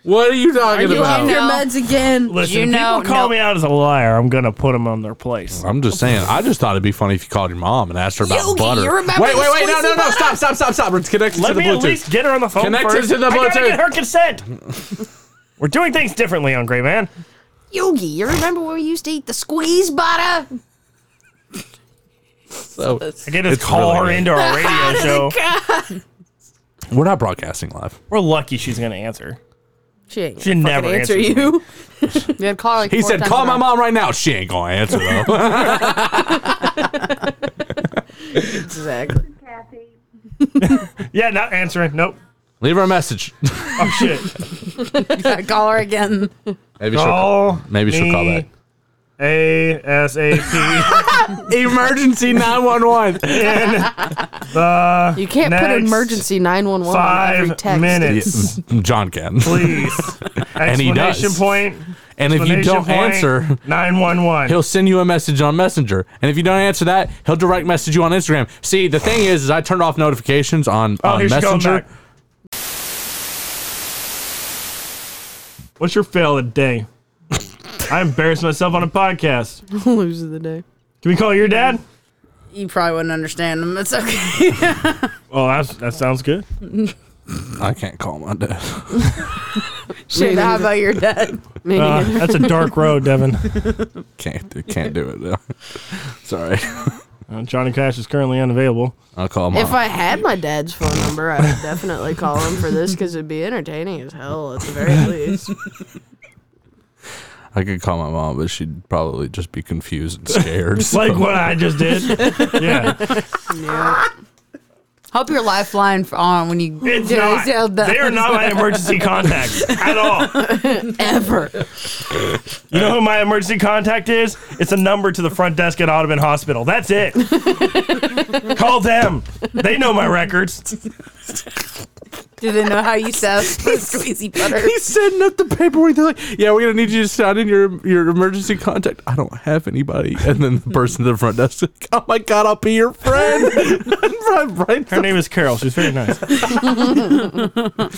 S1: What are you talking
S7: Are you
S1: about?
S7: on your
S4: No.
S7: meds again?
S3: Listen,
S7: you
S3: if
S7: know,
S3: people call
S7: no.
S3: me out as a liar. I'm gonna put them on their place.
S1: I'm just saying. I just thought it'd be funny if you called your mom and asked her about
S7: Yogi,
S1: butter.
S7: you remember
S1: wait,
S7: the
S1: wait, wait! No,
S7: squeezy
S1: no, no!
S7: butter?
S1: Stop, stop, stop, stop! It's connected
S3: Let
S1: to the
S3: me
S1: Bluetooth.
S3: at least get her on the phone
S1: Connect her
S3: first.
S1: to the
S3: I gotta
S1: Bluetooth.
S3: get
S1: *laughs*
S3: her consent. We're doing things differently on Gray Man.
S7: Yogi, you remember where we used to eat the squeeze butter?
S1: So-
S3: I get us
S1: It's
S3: call
S1: really
S3: her
S1: good.
S3: into
S7: *laughs*
S3: our radio show.
S1: we're not broadcasting live.
S3: We're lucky she's gonna answer.
S4: She ain't
S3: She
S4: gonna fucking
S3: never
S4: answer
S3: answers
S4: you. you had call like
S1: He
S4: four
S1: said,
S4: times
S1: "Call
S4: in
S1: my
S4: a-
S1: mom right now." She ain't gonna answer though.
S4: Exactly.
S3: Yeah, not answering. Nope.
S1: Leave her a message. *laughs*
S3: Oh shit.
S2: Call her again.
S1: Maybe she'll.
S3: Call.
S1: Maybe she'll call back.
S3: A S A
S1: *laughs*
S3: P.
S1: Emergency nine one one.
S4: You can't put
S3: Next
S4: emergency 911 on every
S3: Five
S4: text.
S3: minutes,
S1: *laughs* John can.
S3: please.
S1: *laughs* And he does.
S3: Explanation point.
S1: And if you
S3: explanation
S1: don't
S3: point,
S1: answer,
S3: nine one one.
S1: he'll send you a message on Messenger. And if you don't answer that, he'll direct message you on Instagram. See, the thing is, is I turned off notifications on,
S3: Oh,
S1: on
S3: here she goes
S1: Messenger.
S3: back. What's your fail of the day? I embarrassed myself on a podcast.
S4: *laughs* Lose of the day.
S3: Can we call your dad?
S2: You probably wouldn't understand him. It's *laughs* okay.
S3: Oh, that's, that sounds good.
S1: I can't call my dad. *laughs*
S2: Shit, how about your dad?
S4: Maybe
S3: Uh, *laughs* that's a dark road, Devin.
S1: Can't do, can't do it. though. *laughs* Sorry,
S3: Uh, Johnny Cash is currently unavailable.
S1: I'll call mom.
S4: if I had my dad's phone number, I would definitely call him for this because it'd be entertaining as hell at the very
S1: *laughs*
S4: least.
S1: I could call my mom, but she'd probably just be confused and
S3: *laughs*
S1: scared. so-
S3: Like what I just did. *laughs* Yeah.
S2: Hope your lifeline f- on when you
S3: It's
S2: do
S3: not.
S2: so that-
S3: They are not my emergency contacts at all.
S2: *laughs* ever.
S3: You know who my emergency contact is? It's a number to the front desk at Audubon Hospital. That's *laughs* it. Call them. They know my records.
S2: Do they know how you sell *laughs* squeezy
S1: *laughs*
S2: butter?
S1: He's sending up the paperwork. They're like, "Yeah, we're gonna need you to sign in your your emergency contact." I don't have anybody, and then the person at the front desk, is like, "Oh my god, I'll be your friend." *laughs* right, right.
S3: Her name is Carol. She's very
S4: *laughs*
S3: nice.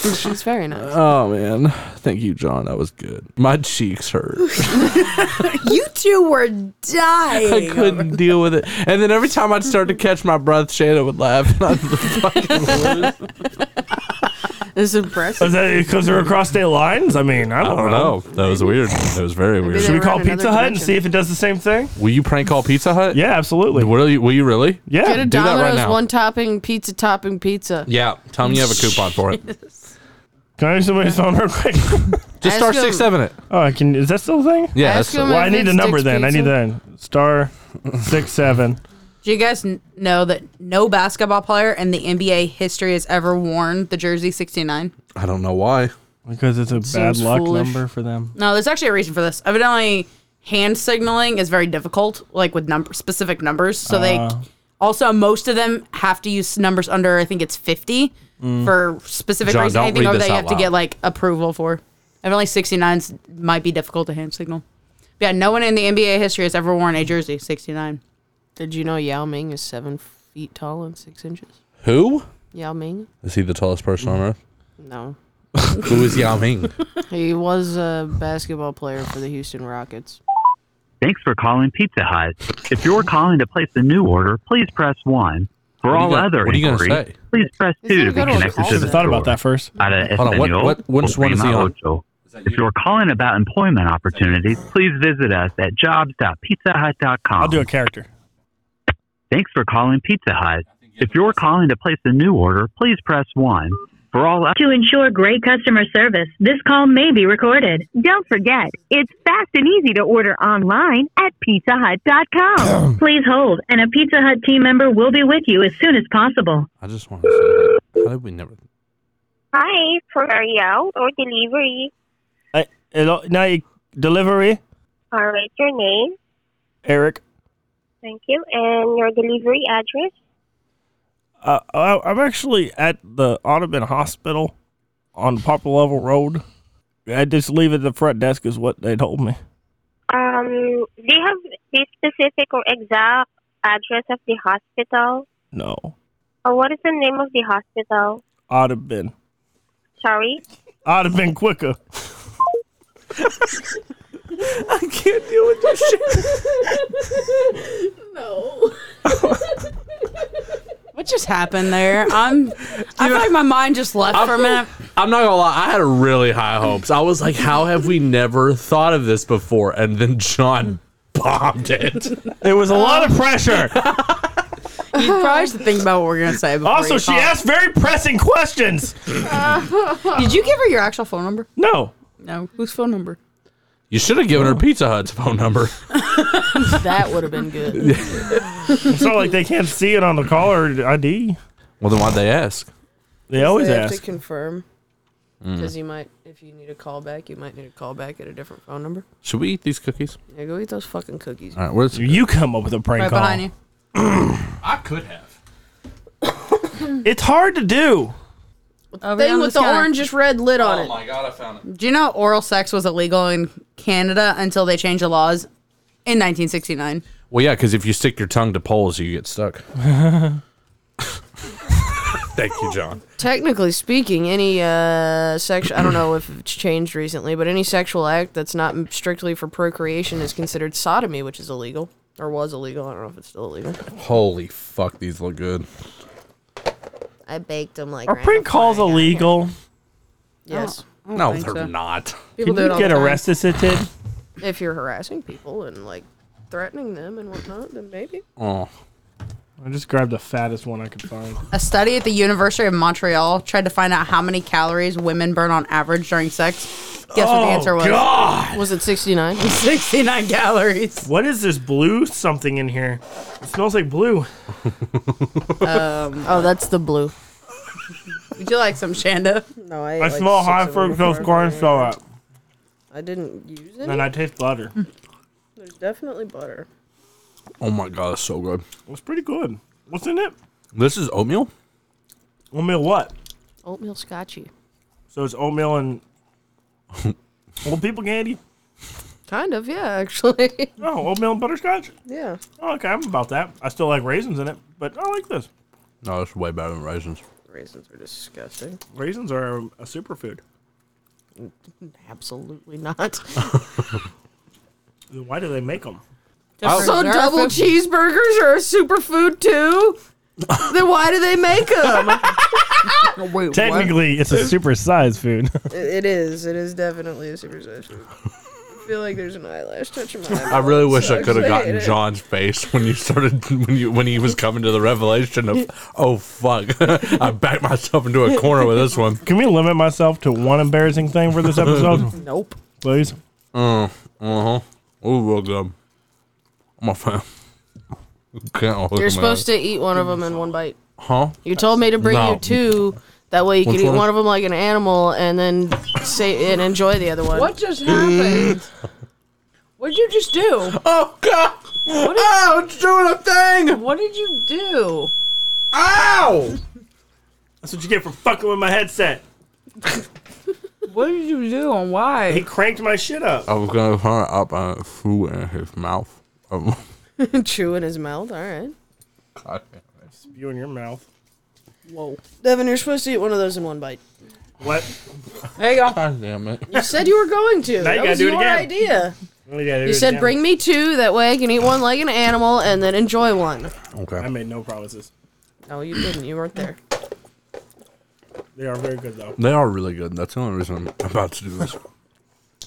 S4: She's very nice.
S1: Oh man, thank you, John. That was good. My cheeks hurt. *laughs*
S2: You two were
S1: I
S2: dying.
S1: couldn't deal with it. And then every time I'd start to catch my breath, Shayna would laugh. And I'd be fucking worst.
S4: It's impressive.
S3: Is that because they're across state lines? I mean, I don't, know.
S1: That was weird. That was very
S4: weird.
S3: Should we
S4: They're
S3: call
S4: on another
S3: Pizza Hut and
S4: dimension.
S3: see if it does the same thing?
S1: Will you prank call Pizza Hut?
S3: Yeah, absolutely.
S1: Will you? Will you really?
S4: Get a
S3: Yeah.
S1: do that right
S4: Domino's
S1: now.
S4: one topping pizza topping pizza.
S1: Yeah. Tell them you have a coupon for it.
S3: Can I use somebody's phone real
S4: *laughs*
S3: quick?
S1: Just
S4: Ask
S1: star
S4: him-
S1: six seven it.
S3: Oh, I can. Is that still a thing?
S1: Yeah.
S4: Ask
S1: That's
S4: him
S1: the-
S3: Well,
S4: if
S3: I need
S4: it's
S3: the number
S4: Dick's
S3: then. I need
S4: Pizza.
S3: that. *laughs* Star six seven.
S2: Do you guys n- know that no basketball player in the NBA history has ever worn the jersey 69?
S1: I don't know why.
S3: Because it's a bad
S4: Seems
S3: luck
S4: foolish.
S3: number for them.
S2: No, there's actually a reason for this. Evidently, hand signaling is very difficult, like with number specific numbers. So they also most of them have to use numbers under I think it's 50 for specific
S1: John,
S2: reason.
S1: don't
S2: Anything
S1: read
S2: over
S1: this
S2: that you
S1: out
S2: have to
S1: loud.
S2: get like approval for. Evidently, 69s might be difficult to hand signal. But yeah, no one in the NBA history has ever worn a jersey 69.
S4: Did you know Yao Ming is seven feet tall and six inches?
S1: Who?
S4: Yao Ming?
S1: Is he the tallest person on earth?
S4: No.
S1: Who is Yao Ming?
S4: He was a basketball player for the Houston Rockets.
S8: Thanks for calling Pizza Hut. If you're calling to place a new order, please press 1. For
S1: are you
S8: all
S1: gonna-
S8: other
S1: what are you gonna
S8: inquiries,
S1: say?
S8: please press
S4: Is
S8: 2
S4: that
S8: to be
S4: good or
S8: connected
S4: call
S8: to
S3: Should
S8: the
S4: center?
S3: have thought about
S8: store.
S3: that first.
S8: Para
S1: Hold on, what-
S8: español
S1: what- which
S8: o
S1: one is he
S8: prima
S1: on?
S8: ocho. If you're calling about employment opportunities, please visit us at jobs.pizzahut.com.
S3: I'll do a character.
S8: Thanks for calling Pizza Hut. If you're calling to place a new order, please press 1. For all
S9: To ensure great customer service, this call may be recorded. Don't forget, it's fast and easy to order online at pizzahut.com. Please hold, and a Pizza Hut team member will be with you as soon as possible.
S1: I just want to say, that. how did we never?
S9: Hi, for carryout or delivery.
S3: I, hello, now you- delivery,
S9: All right, your name.
S3: Eric.
S9: Thank you. And your delivery address.
S3: Uh, I, I'm actually at the Ottoman Hospital on Poplar Level Road. I just leave it at the front desk is what they told me.
S9: Um, do you have the specific or exact address of the hospital?
S3: No,
S9: Or what is the name of the hospital?
S3: I'd have been,
S9: Sorry.
S3: I'd have been quicker.
S2: What just happened *laughs* there? I'm. I feel like my mind just left for a minute.
S1: I'm not gonna lie, I had really high hopes. I was like, how have we never thought of this before? And then John bombed it.
S3: It was a *laughs* lot of pressure.
S2: You probably should think about what we're gonna say. Before
S3: also,
S2: you
S3: she
S2: call.
S3: asked very pressing questions.
S2: *laughs* "Did you give her your actual phone number?"
S3: No,
S2: No, whose phone number?
S1: You should have given her Pizza Hut's phone number.
S4: That would have been
S1: *laughs*
S4: good.
S3: it's not like they can't see it on the caller ID.
S1: Well, then why'd they ask?
S3: They always
S4: they have to
S3: ask.
S4: confirm
S3: Mm.
S4: because you might, if you need a call back, you might need a call back at a different phone number.
S1: Should we eat these cookies?
S4: Yeah, go eat those fucking cookies.
S1: All right, where's
S3: You come up with a prank
S2: Right
S3: call.
S2: behind you.
S1: I could have.
S3: It's hard to do.
S2: Over
S4: Thing
S2: on
S4: with
S2: this
S4: the
S2: counter.
S4: orangish red lid on it.
S1: Oh my god, I found it.
S2: Do you know oral sex was illegal in Canada until they changed the laws in 1969?
S1: Well, yeah, because if you stick your tongue to poles, you get *laughs* stuck. Thank you, John.
S4: Technically speaking, any uh, sexual, I don't know if it's changed recently, but any sexual act that's not m- strictly for procreation is considered sodomy, which is illegal. Or was illegal. I don't know if it's still illegal.
S1: Holy fuck, these look good.
S7: I baked them like.
S3: Are prank calls illegal?
S4: Yes.
S1: No, they're not.
S4: People
S3: Can you get arrested?
S4: If you're harassing people and, like, threatening them and whatnot, then maybe.
S1: Oh,
S3: I just grabbed the fattest one I could find.
S2: A study at the University of Montreal tried to find out how many calories women burn on average during sex. Guess what
S5: Oh,
S2: the answer was? *laughs*
S3: Oh, God!
S4: Was it 69?
S2: 69 calories.
S3: What is this blue something in here? It smells like blue.
S4: oh, that's the blue.
S2: Would you like some Shanda?
S4: No, I,
S3: I
S4: ate, like,
S3: smell
S4: six
S3: high
S4: of them
S3: fructose
S4: before.
S3: corn syrup,
S4: I didn't use any.
S3: and I taste butter.
S4: There's definitely butter.
S1: oh my god, that's so good.
S3: It's pretty good. What's in it?
S1: This is oatmeal.
S3: Oatmeal what?
S4: Oatmeal scotchy.
S3: So it's oatmeal
S4: *laughs*
S3: and old people candy.
S4: Kind of, yeah, actually. *laughs*
S3: Oh, oatmeal and butterscotch.
S4: yeah.
S3: Oh, okay, I'm about that. I still like raisins in it, but I like this.
S1: No, it's way better than raisins.
S4: Raisins are disgusting.
S3: Raisins are a, a superfood.
S4: Absolutely *laughs* not.
S3: Then Why do they make them?
S4: So double cheeseburgers are a superfood *laughs* too? then why do they make them?
S2: Wait,
S3: Technically, it's a super sized food.
S4: *laughs*
S3: *laughs*
S4: it is. It is definitely a superfood. I feel like there's an eyelash touching my
S1: I
S4: eyeball.
S1: really wish I
S4: Sucks.
S1: could have
S4: I hate
S1: gotten
S4: it.
S1: John's face when you started when you when he was coming to the revelation of oh fuck *laughs* I backed myself into a corner with this one.
S3: Can we limit myself to one embarrassing thing for this
S4: *laughs*
S3: episode,
S4: Nope.
S3: please?
S1: Uh huh. Oh, real good. I'm a fan. Can't
S4: You're supposed to eat one of them in one bite.
S1: huh?
S4: You told me to bring
S1: No.
S4: you two. That way you could
S1: Which
S4: eat
S1: one?
S4: one of them like an animal and then say and enjoy the other one.
S5: What just happened? What'd you just do?
S1: Oh god! Ow! It's doing a thing!
S5: What did you do?
S1: Ow!
S3: That's what you get for fucking with my headset.
S5: What did you do and why?
S3: He cranked my shit up.
S1: I was gonna turn it up and it flew in his mouth. Oh,
S4: *laughs*
S1: *laughs*
S4: Chew in his mouth. All right.
S1: God.
S3: You in your mouth.
S4: Whoa. Devin, you're supposed to eat one of those in one bite.
S3: What?
S4: There you go.
S1: God damn it.
S5: *laughs*
S4: You said you were going to.
S3: Now you
S4: that
S3: gotta
S4: was
S3: do it
S4: your
S3: again.
S4: idea.
S3: You
S4: You said bring me two. That way I can eat one like an animal and then enjoy one.
S3: I
S1: Okay.
S3: made no promises.
S4: No, you didn't. You weren't there.
S3: They are very good though.
S1: They are really good. That's the only reason I'm about to do this.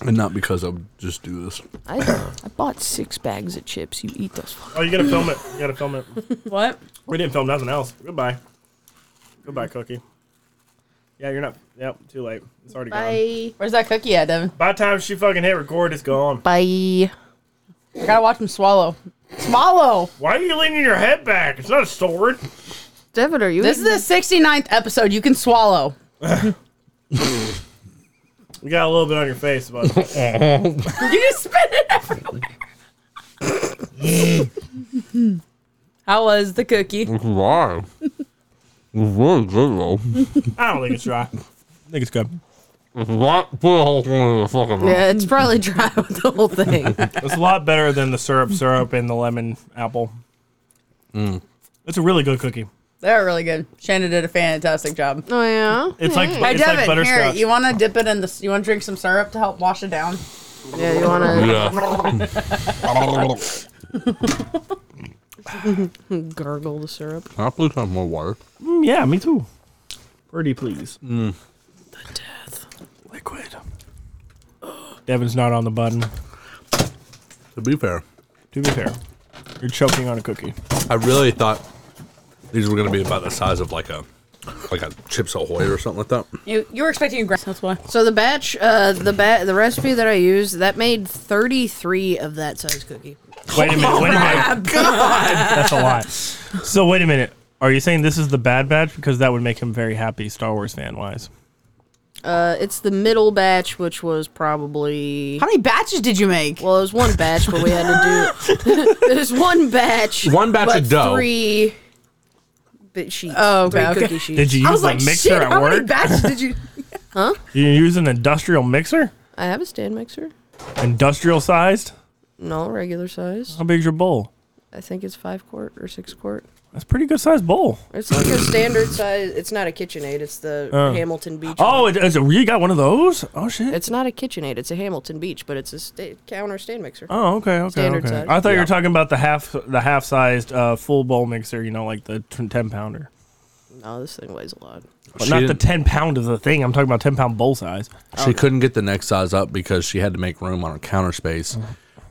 S1: And not because I'll just do this.
S4: I, I bought six bags of chips. You eat those. fuck-
S3: Oh, you gotta film it. You gotta film it.
S2: What?
S3: We didn't film nothing else. Goodbye. Goodbye, Cookie. Yeah, you're not. Yep, too late. It's already gone.
S5: Bye.
S2: Where's that cookie at, Devin?
S3: By the time she fucking hit record, it's gone.
S7: Bye.
S2: I gotta watch him swallow. Swallow.
S3: Why are you leaning your head back? It's not a sword.
S4: Devin, are you?
S2: This is the 69th episode. You can swallow.
S3: You got a little bit on your face, but
S2: You just spit it everywhere.
S5: *laughs*
S2: How was the cookie?
S1: Wow. It's really good though.
S3: I don't think it's dry. *laughs* I think it's good.
S1: It's not put the whole thing in the fucking mouth.
S2: Yeah, it's probably dry with the whole thing.
S3: It's a lot better than the syrup syrup and the lemon apple. Mm. It's a really good cookie.
S2: They're really good. Shannon did a fantastic job.
S4: *laughs* oh yeah.
S3: It's like
S2: Hey,
S3: it's like
S2: Devin, here,
S3: butterscotch.
S2: you want to dip it in the? You want to drink some syrup to help wash it down?
S4: Yeah, you wanna
S1: Yeah.
S4: gargle the syrup?
S1: Can I please have more water?
S3: Mm, yeah, me too. Pretty please. The death liquid. Devin's not on the button.
S1: To be fair,
S3: To be fair, you're choking on a cookie.
S1: I really thought these were gonna be about the size of like a like a Chips Ahoy or something like that.
S2: You you were expecting a grass. That's *laughs* why.
S4: So the batch, uh, the ba- the recipe that I used, that made thirty three of that size cookie.
S3: Wait a minute. Wait a minute. That's a lot. So wait a minute. Are you saying this is the Bad Batch because that would make him very happy, Star Wars fan wise?
S4: Uh, it's the middle batch, which was probably
S2: *laughs* How many batches did you make?
S4: well, it was one batch, but we had to do *laughs* there's one batch,
S1: One batch
S4: but
S1: of dough.
S4: three bit sheets,
S2: Oh, okay,
S4: three
S2: okay.
S4: cookie sheets.
S3: Did you use a mixer at
S2: how many
S3: work?
S2: batches did you?
S3: you use an industrial mixer?
S4: I have a stand mixer,
S3: Industrial sized?
S4: no regular size.
S3: How big's your bowl?
S4: I think it's five quart or six quart.
S3: That's a pretty good sized bowl.
S4: It's like a standard size. It's not a KitchenAid. It's the
S3: Oh.
S4: Hamilton Beach.
S3: Oh, it, it's a, you got one of those? Oh shit.
S4: It's not a KitchenAid. It's a Hamilton Beach, but it's a sta- counter stand mixer.
S3: Oh, okay, okay,
S4: Standard
S3: okay.
S4: size.
S3: I thought you were talking about the half, the half-sized uh, full bowl mixer. You know, like the t- ten pounder,
S4: No, this thing weighs a lot.
S3: but
S1: She
S3: not the
S1: didn't-
S3: ten pound of the thing. I'm talking about ten pound bowl size.
S4: Oh.
S1: She couldn't get the next size up because she had to make room on her counter space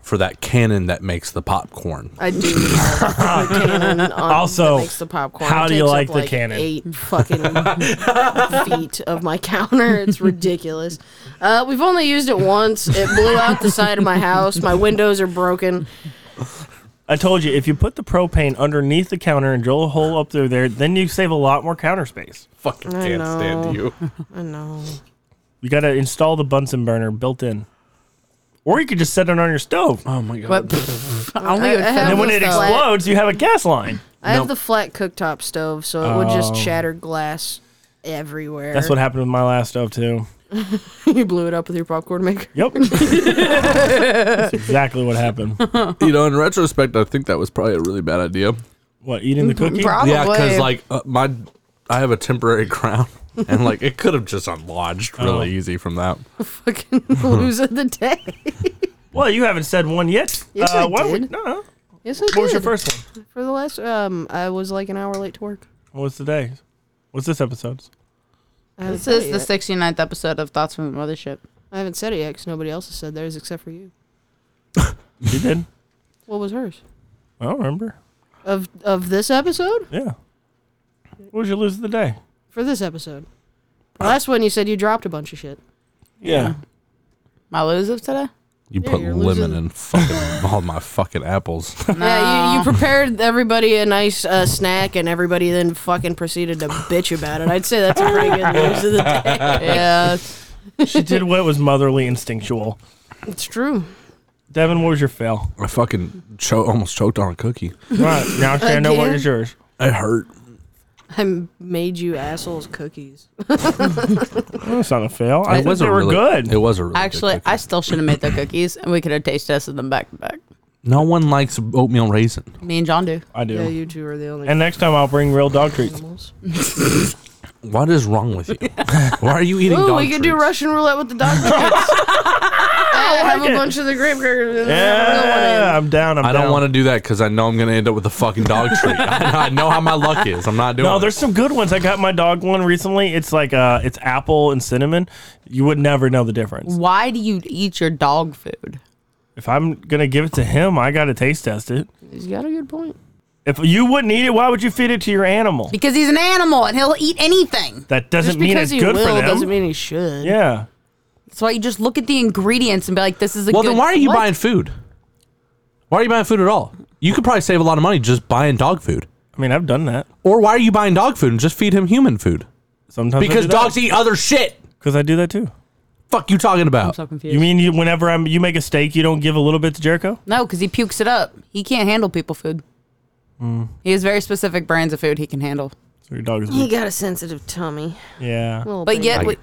S1: for that cannon that makes the popcorn.
S4: I do. have the
S3: *laughs*
S4: cannon on
S3: Also,
S4: that makes the popcorn.
S3: how
S4: It
S3: do you
S4: takes up,
S3: like the cannon?
S4: Eight fucking
S3: *laughs*
S4: feet of my counter. It's ridiculous. Uh, we've only used it once. It blew out the side of my house. My windows are broken.
S3: I told you if you put the propane underneath the counter and drill a hole up through there, then you save a lot more counter space.
S1: Fucking
S4: I
S1: can't
S4: know.
S1: stand
S4: *laughs*
S1: you.
S4: I know.
S3: You got to install the Bunsen burner built in, or you could just set it on your stove.
S1: Oh my god.
S2: I only
S4: I- I have
S3: and when
S4: those
S3: it
S4: flat-
S3: explodes, you have a gas line.
S4: I have
S1: Nope.
S4: the flat cooktop stove, so it would just
S3: Oh.
S4: shatter glass everywhere.
S3: That's what happened with my last stove too.
S4: *laughs* you blew it up with your popcorn maker. *laughs*
S3: Yep, that's exactly what happened.
S1: you know, in retrospect, I think that was probably a really bad idea.
S3: What eating the cookie?
S2: probably.
S1: Yeah, because like uh, my, I have a temporary *laughs* crown, and like it could have just unlodged really
S3: Oh.
S1: easy from that.
S4: *laughs* Fucking loser of the day.
S3: Well, you haven't said one yet. Uh,
S4: Yes, I
S3: why don't we-
S4: did.
S3: no, no.
S4: *laughs* Yes, I
S3: What was your
S4: did.
S3: first one?
S4: For the last, um, I was like an hour late to work.
S3: What's today? What's this episode's?
S4: I
S2: This is the 69th episode of Thoughts from the Mothership.
S4: I haven't said it yet because nobody else has said theirs except for you.
S3: You did.
S4: What was hers?
S3: I don't remember.
S4: Of of this episode?
S3: Yeah. What was your lose of the day?
S4: For this episode. The last one you said you dropped a bunch of shit.
S3: Yeah.
S2: My lose of today?
S1: You put
S4: you're
S1: lemon
S4: losing-
S1: in fucking all my fucking apples. *laughs*
S4: Yeah, you, you prepared everybody a nice uh, snack and everybody then fucking proceeded to bitch about it. I'd say that's a pretty good news of
S3: *laughs*
S4: the day.
S2: Yeah.
S3: She did what was motherly instinctual.
S4: It's true.
S3: Devin, what was your fail?
S1: I fucking cho- almost choked on a cookie.
S3: All right, now Shannon, what
S4: Again?
S3: is yours?
S1: It hurt.
S4: I m- made you assholes cookies.
S3: Well, That's not a fail. I
S1: it
S3: think
S1: was
S3: they
S1: a
S3: were
S1: really,
S3: good.
S1: It was a really good
S2: Actually,
S1: cookie.
S2: I still should have made the cookies and we could have taste tested them back to back.
S1: no one likes oatmeal raisin.
S2: Me and John do.
S3: I do.
S4: Yeah, you two are the only
S3: and next time I'll bring real dog treats.
S4: animals.
S1: What is wrong
S4: *laughs*
S1: with you? *laughs* Why are you eating?
S4: Ooh,
S1: dog
S4: we could do
S1: treats?
S4: Russian roulette with the
S3: *laughs*
S4: dog treats. I have a bunch of the graham crackers. and I have another one in.
S3: Yeah, I'm down. I'm
S1: I don't want to do that because I know I'm going to end up with a fucking dog treat. *laughs* I, know, I know how my luck is. I'm not doing.
S3: No,
S1: it.
S3: there's some good ones. I got my dog one recently. It's like uh, it's apple and cinnamon. You would never know the difference.
S2: Why do you eat your dog food?
S3: If I'm gonna give it to him, I gotta taste test it.
S4: He's got a good point.
S3: If you wouldn't eat it, why would you feed it to your animal?
S2: Because he's an animal and he'll eat anything.
S3: That doesn't
S4: Just
S3: mean
S4: because
S3: it's
S4: he
S3: good for
S4: will
S3: them.
S4: doesn't mean he should.
S3: yeah.
S2: That's why you just look at the ingredients and be like, this is a
S1: Well,
S2: good
S1: then why are you
S2: What?
S1: buying food? Why are you buying food at all? You could probably save a lot of money just buying dog food.
S3: I mean, I've done that.
S1: Or why are you buying dog food and just feed him human food?
S3: Sometimes
S1: Because dogs eat other shit.
S3: Because I do that too.
S1: Fuck you talking
S2: I'm
S1: about?
S2: so confused.
S3: You mean you, whenever I'm you make a steak, you don't give a little bit to Jericho?
S2: no, because he pukes it up. He can't handle people food. He has very specific brands of food he can handle.
S3: So your dog is
S4: *laughs*
S7: He got a sensitive tummy.
S3: yeah.
S2: But yet, we-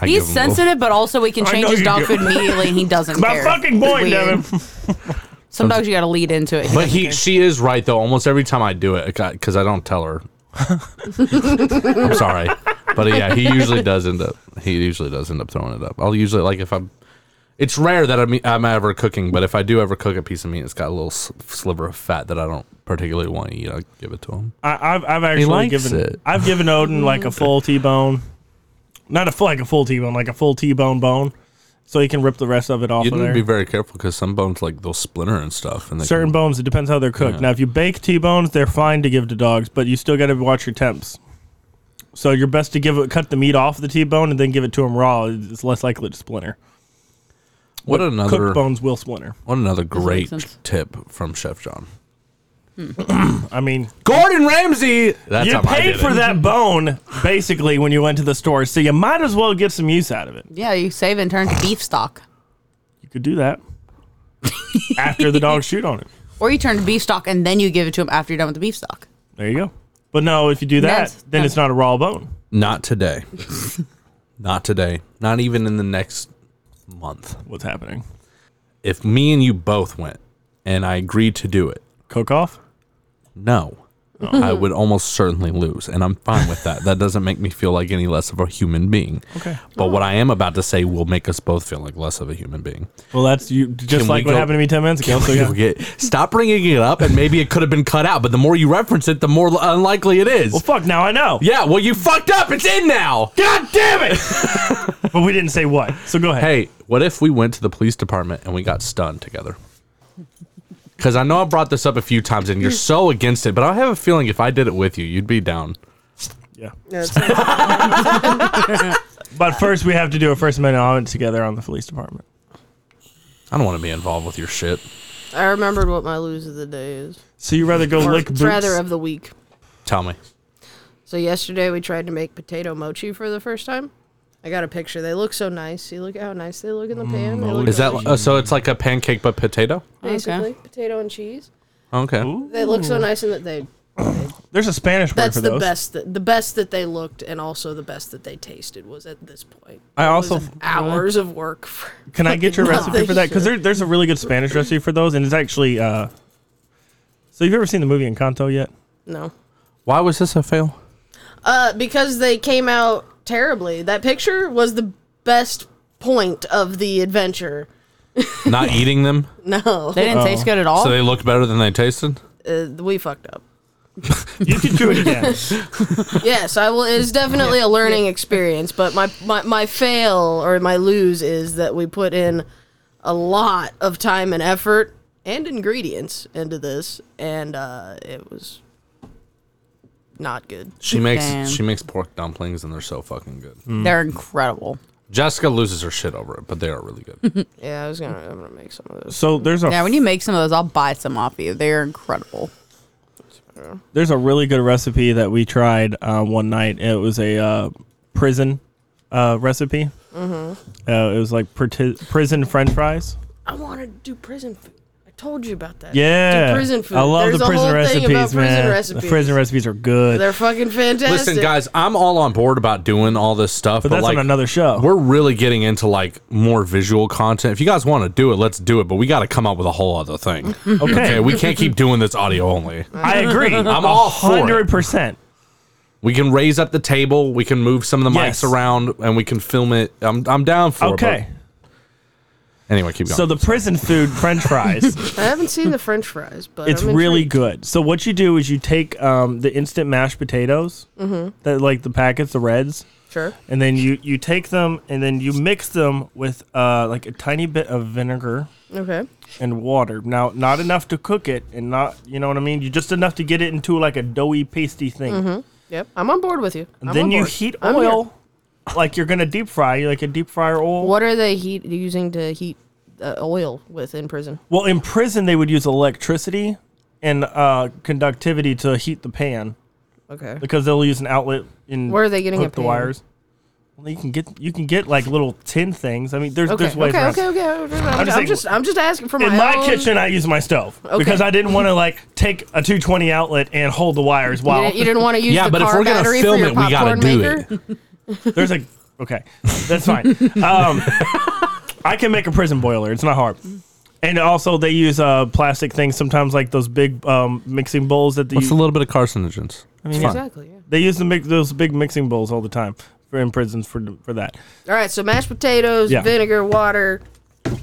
S1: I give
S2: he's
S1: him a
S2: sensitive, but also we can
S3: I
S2: change
S3: know
S2: his
S3: you
S2: dog
S3: do.
S2: food immediately and he doesn't
S3: My
S2: care.
S3: fucking
S2: It's
S3: point,
S2: weird.
S3: Devin.
S2: *laughs* Some dogs you got to lead into it.
S1: But he, she is right though. Almost every time I do it, because I don't tell her. I'm sorry, but yeah, he usually does end up. He usually does end up throwing it up. I'll usually like if I'm. It's rare that I'm, I'm ever cooking, but if I do ever cook a piece of meat, it's got a little s- sliver of fat that I don't particularly want to eat. I give it to him.
S3: I, I've, I've actually
S1: likes
S3: given
S1: it.
S3: I've given
S1: *laughs*
S3: Odin like a full T-bone, not a full, like a full T-bone, like a full T-bone bone, so he can rip the rest of it off
S1: You need
S3: of
S1: to
S3: there.
S1: be very careful because some bones like they'll splinter and stuff. And they
S3: Certain
S1: can-
S3: bones, it depends how they're cooked. Now, if you bake T-bones, they're fine to give to dogs, but you still got to watch your temps. So you're best to give it, cut the meat off the T-bone and then give it to him raw. It's less likely to splinter.
S1: What another
S3: cooked bones will splinter.
S1: what another great
S2: sense.
S1: tip from Chef John.
S3: I mean,
S1: Gordon Ramsay. That's
S3: you
S1: how I
S3: paid
S1: did
S3: for
S1: it.
S3: that bone basically when you went to the store, so you might as well get some use out of it.
S2: yeah, you save and turn to beef stock.
S3: You could
S1: *laughs*
S3: do that after the dogs shoot on it.
S2: Or you turn to beef stock and then you give it to him after you're done with the beef stock.
S3: There you go. But no, if you do that,
S2: That's-
S3: then it's not a raw bone.
S1: Not today. Not today. Not even in the next month.
S3: What's happening?
S1: If me and you both went and I agreed to do it,
S3: Cook off?
S1: no. I would almost certainly lose, and I'm fine with that. That doesn't make me feel like any less of a human being.
S3: Okay.
S1: But what I am about to say will make us both feel like less of a human being.
S3: Well, that's you. Just
S1: Can
S3: like
S1: we
S3: what
S1: go-
S3: happened to me ten minutes ago.
S1: *laughs*
S3: So yeah.
S1: You'll get- stop bringing it up, and maybe it could have been cut out. But the more you reference it, the more li- unlikely it is.
S3: Well, fuck. Now I know.
S1: yeah. Well, you fucked up. It's in now.
S3: God damn it! *laughs* but we didn't say what. So go ahead.
S1: Hey, what if we went to the police department and we got stunned together? Because I know I brought this up a few times and you're so against it, but I have a feeling if I did it with you, you'd be down.
S3: Yeah.
S4: That's not
S3: But first, we have to do a first minute audit together on the police department.
S1: I don't want to be involved with your shit.
S4: I remembered what my lose of the day is.
S3: So you rather go
S4: Or
S3: lick boots?
S4: rather of the week.
S1: Tell me.
S4: So yesterday we tried to make potato mochi for the first time. I got a picture. They look so nice. See, look how nice they look in
S3: Mm,
S4: the pan. They look
S1: Is that
S4: delicious.
S1: uh, so? It's like a pancake but potato?
S4: basically potato and cheese?
S1: Okay.
S4: They look so nice, and that they
S3: There's a Spanish word
S4: that's
S3: for
S4: the
S3: Mm. those.
S4: best that, the best that they looked and also the best that they tasted was at this point
S3: I also
S4: hours of work *laughs* for
S3: can I get your
S4: Fucking
S3: recipe for that because there, there's a really good Spanish recipe for those, and it's actually. uh So you've ever seen the movie Encanto yet?
S4: no
S1: Why was this a fail?
S4: uh because they came out terribly that picture was the best point of the adventure *laughs*
S1: Not eating them,
S4: no
S2: They didn't taste good at all.
S1: so they looked better than they tasted.
S4: uh, we fucked up
S3: You could do it again.
S4: yes i will it's definitely a learning experience but my, my my fail or my lose is that we put in a lot of time and effort and ingredients into this and uh it was not good
S1: She makes
S2: Damn.
S1: she makes pork dumplings and they're so fucking good.
S2: They're incredible.
S1: Jessica loses her shit over it, but they are really good.
S4: Yeah, I was gonna. I'm gonna make some of those.
S3: *laughs* So there's a
S2: Yeah, when you make some of those, I'll buy some off you. They're incredible.
S3: there's a really good recipe that we tried uh, one night. It was a uh, prison uh, recipe. Mm-hmm. Uh, it was like perti- prison French fries.
S4: I want to do prison food. I told you about that.
S3: Yeah,
S4: do prison food.
S3: I love
S4: There's
S3: the
S4: a
S3: prison
S4: whole
S3: recipes,
S4: thing about prison
S3: man.
S4: recipes.
S3: The prison recipes are good.
S4: They're fucking fantastic.
S1: Listen, guys, I'm all on board about doing all this stuff,
S3: but
S1: but,
S3: that's
S1: like
S3: on another show.
S1: we're really getting into like more visual content. If you guys want to do it, let's do it. But we got to come up with a whole other *laughs* thing. okay. we can't keep doing this audio only.
S3: I
S4: *laughs*
S3: agree.
S1: I'm all for it.
S3: hundred percent.
S1: We can raise up the table. We can move some of the mics
S3: Yes.
S1: around, and we can film it. I'm I'm down for it.
S3: Okay,
S1: but- Anyway, keep going.
S3: so the prison food French
S4: *laughs*
S3: fries.
S4: I haven't seen the French fries, but
S3: it's
S4: I'm
S3: really
S4: intrigued.
S3: good. So
S4: Mm-hmm.
S3: what you do is you take um, the instant mashed potatoes, that like the packets, the reds,
S4: Sure.
S3: and then you you take them and then you mix them with uh, like a tiny bit of vinegar
S4: Okay.
S3: and water. Now, not enough to cook it, and not you know what I mean. You just enough to get it into like a doughy, pasty thing.
S4: Yep. I'm on board with you.
S3: And
S4: I'm
S3: then
S4: on
S3: you
S4: board.
S3: heat
S4: I'm
S3: oil,
S4: here.
S3: like you're gonna deep fry, like a deep fryer oil.
S4: What are they heat using to heat uh, oil with in prison?
S3: Well, in prison they would use electricity and uh, conductivity to heat the pan
S4: Okay.
S3: because they'll use an outlet in
S4: Where are they getting a
S3: hook the
S4: pan?
S3: wires. Well, you can get you can get like little tin things. I mean, there's
S4: Okay.
S3: there's ways
S4: Okay.
S3: around.
S4: Okay. Okay. I'm,
S3: I'm just
S4: just, I'm
S3: saying-
S4: just I'm just asking for my
S3: in my
S4: own-
S3: kitchen, I use my stove because
S4: Okay.
S3: I didn't want to like take a 220 outlet and hold the wires
S4: You
S3: while
S4: didn't, you didn't want to
S3: *laughs*
S4: use
S1: Yeah,
S4: the
S1: but if
S4: car
S1: we're gonna
S4: battery
S1: film
S4: for
S1: it,
S4: your
S1: we gotta
S4: popcorn
S1: do
S4: maker?
S1: it.
S3: There's a okay, that's fine. Um, I can make a prison boiler. It's not hard. And also, they use uh, plastic things sometimes, like those big um, mixing bowls that they
S1: What's
S3: use.
S1: a little bit of carcinogens? I mean,
S4: Exactly. Yeah.
S3: they use the mix, those big mixing bowls all the time for in prisons for for that.
S4: All right. So mashed potatoes,
S3: Yeah.
S4: vinegar, water, f-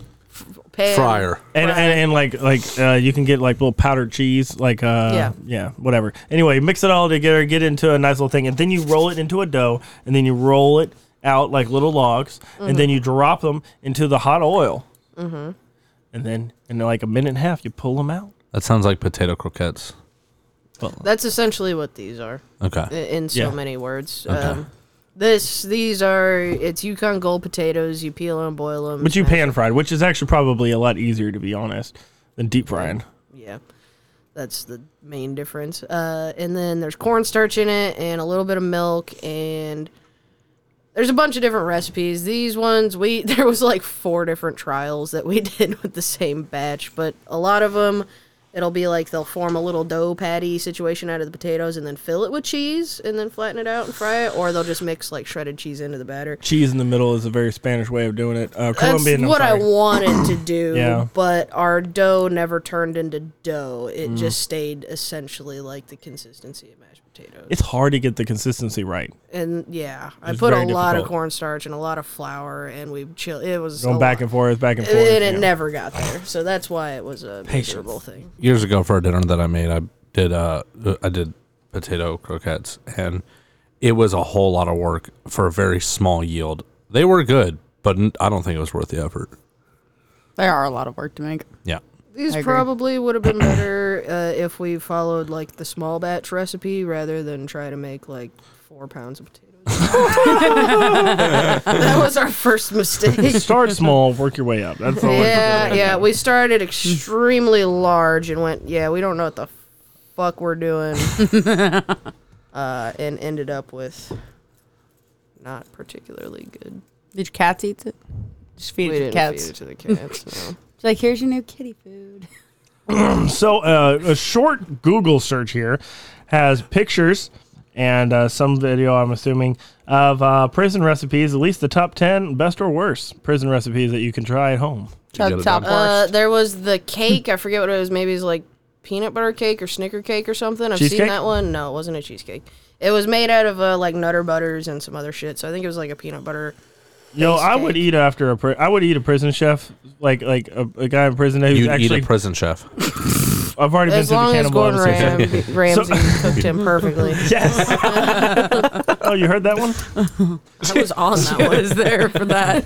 S4: pan.
S1: fryer.
S3: And, and, and like like uh, you can get like little powdered cheese like uh
S4: Yeah.
S3: yeah. whatever anyway mix it all together get into a nice little thing and then you roll it into a dough and then you roll it out like little logs and
S4: Mm-hmm.
S3: then you drop them into the hot oil and then in like a minute and a half you pull them out
S1: That sounds like potato croquettes.
S4: That's essentially what these are. i-
S1: Okay.
S4: in so
S3: Yeah.
S4: many words. Um, this, these are it's Yukon Gold potatoes. You peel them, boil them.
S3: but you pan fried which is actually probably a lot easier to be honest than deep
S4: Mm-hmm.
S3: frying
S4: Yeah, that's the main difference. Uh, and then there's cornstarch in it, and a little bit of milk, and there's a bunch of different recipes. These ones we *laughs* there was like four different trials that we *laughs* did with the same batch, but a lot of them. It'll be like they'll form a little dough patty situation out of the potatoes and then fill it with cheese and then flatten it out and fry it, or they'll just mix like shredded cheese into the batter.
S3: cheese in the middle is a very Spanish way of doing it uh,
S4: That's
S3: Colombian I'm
S4: what I
S3: sorry. *clears throat*
S4: wanted to do,
S3: Yeah.
S4: but our dough never turned into dough. It
S3: Mm.
S4: just stayed essentially like the consistency of mashed potatoes.
S3: it's hard to get the consistency right
S4: and yeah, I
S3: It's
S4: put a
S3: very
S4: lot of
S3: difficult.
S4: cornstarch and a lot of flour, and we chill. It was
S3: going
S4: a
S3: back
S4: lot.
S3: and forth back and forth
S4: and Oh, it
S3: yeah.
S4: never got there. So that's why it was a miserable thing.
S1: Years ago for a dinner that I made, I did uh I did potato croquettes and it was a whole lot of work for a very small yield. They were good, but n- I don't think it was worth the effort.
S2: There are a lot of work to make.
S1: Yeah.
S4: These
S2: I agree.
S4: probably would
S3: *clears throat*
S4: have been better uh, if we followed like the small batch recipe rather than try to make like four pounds of
S3: *laughs*
S4: potatoes. *laughs* that was our first mistake.
S3: Start small, work your way up. That's all.
S4: Yeah, yeah. We started extremely large and went, yeah, we don't know what the fuck
S3: *laughs*
S4: we're doing. uh, and ended up with not particularly good.
S2: Did your cats eat it? Just feed
S4: We
S2: it to the
S4: didn't
S2: cats.
S4: feed it to the cats. *laughs* no.
S2: It's like, here's your new kitty food. *laughs*
S3: So uh, a short Google search here has pictures and uh, some video, I'm assuming, of uh, prison recipes. At least the top ten best or worst prison recipes that you can try at home.
S1: get
S2: Top,
S1: it
S2: top
S1: done.
S4: Uh,
S2: worst.
S4: there was the cake. I forget what it was. Maybe it was like peanut butter cake or Snicker cake or something. I've seen
S3: Cheesecake?
S4: that one. No, it wasn't a cheesecake. It was made out of uh, like Nutter Butters and some other shit. So I think it was like a peanut butter.
S3: Yo, I would
S4: cake.
S3: eat after a. Pri- I would eat a prison chef, like like a, a guy in prison who's
S1: You'd
S3: actually.
S1: eat a prison
S3: *laughs*
S1: chef.
S3: I've already been
S4: As
S3: to the
S4: long as
S3: cannibal
S4: Gordon Ram-
S3: episode. *laughs*
S4: Ramsay cooked him perfectly.
S3: Yes. *laughs* oh, you heard that one?
S4: I was on *laughs* that *laughs* one.
S2: was Uh, there for *laughs* that.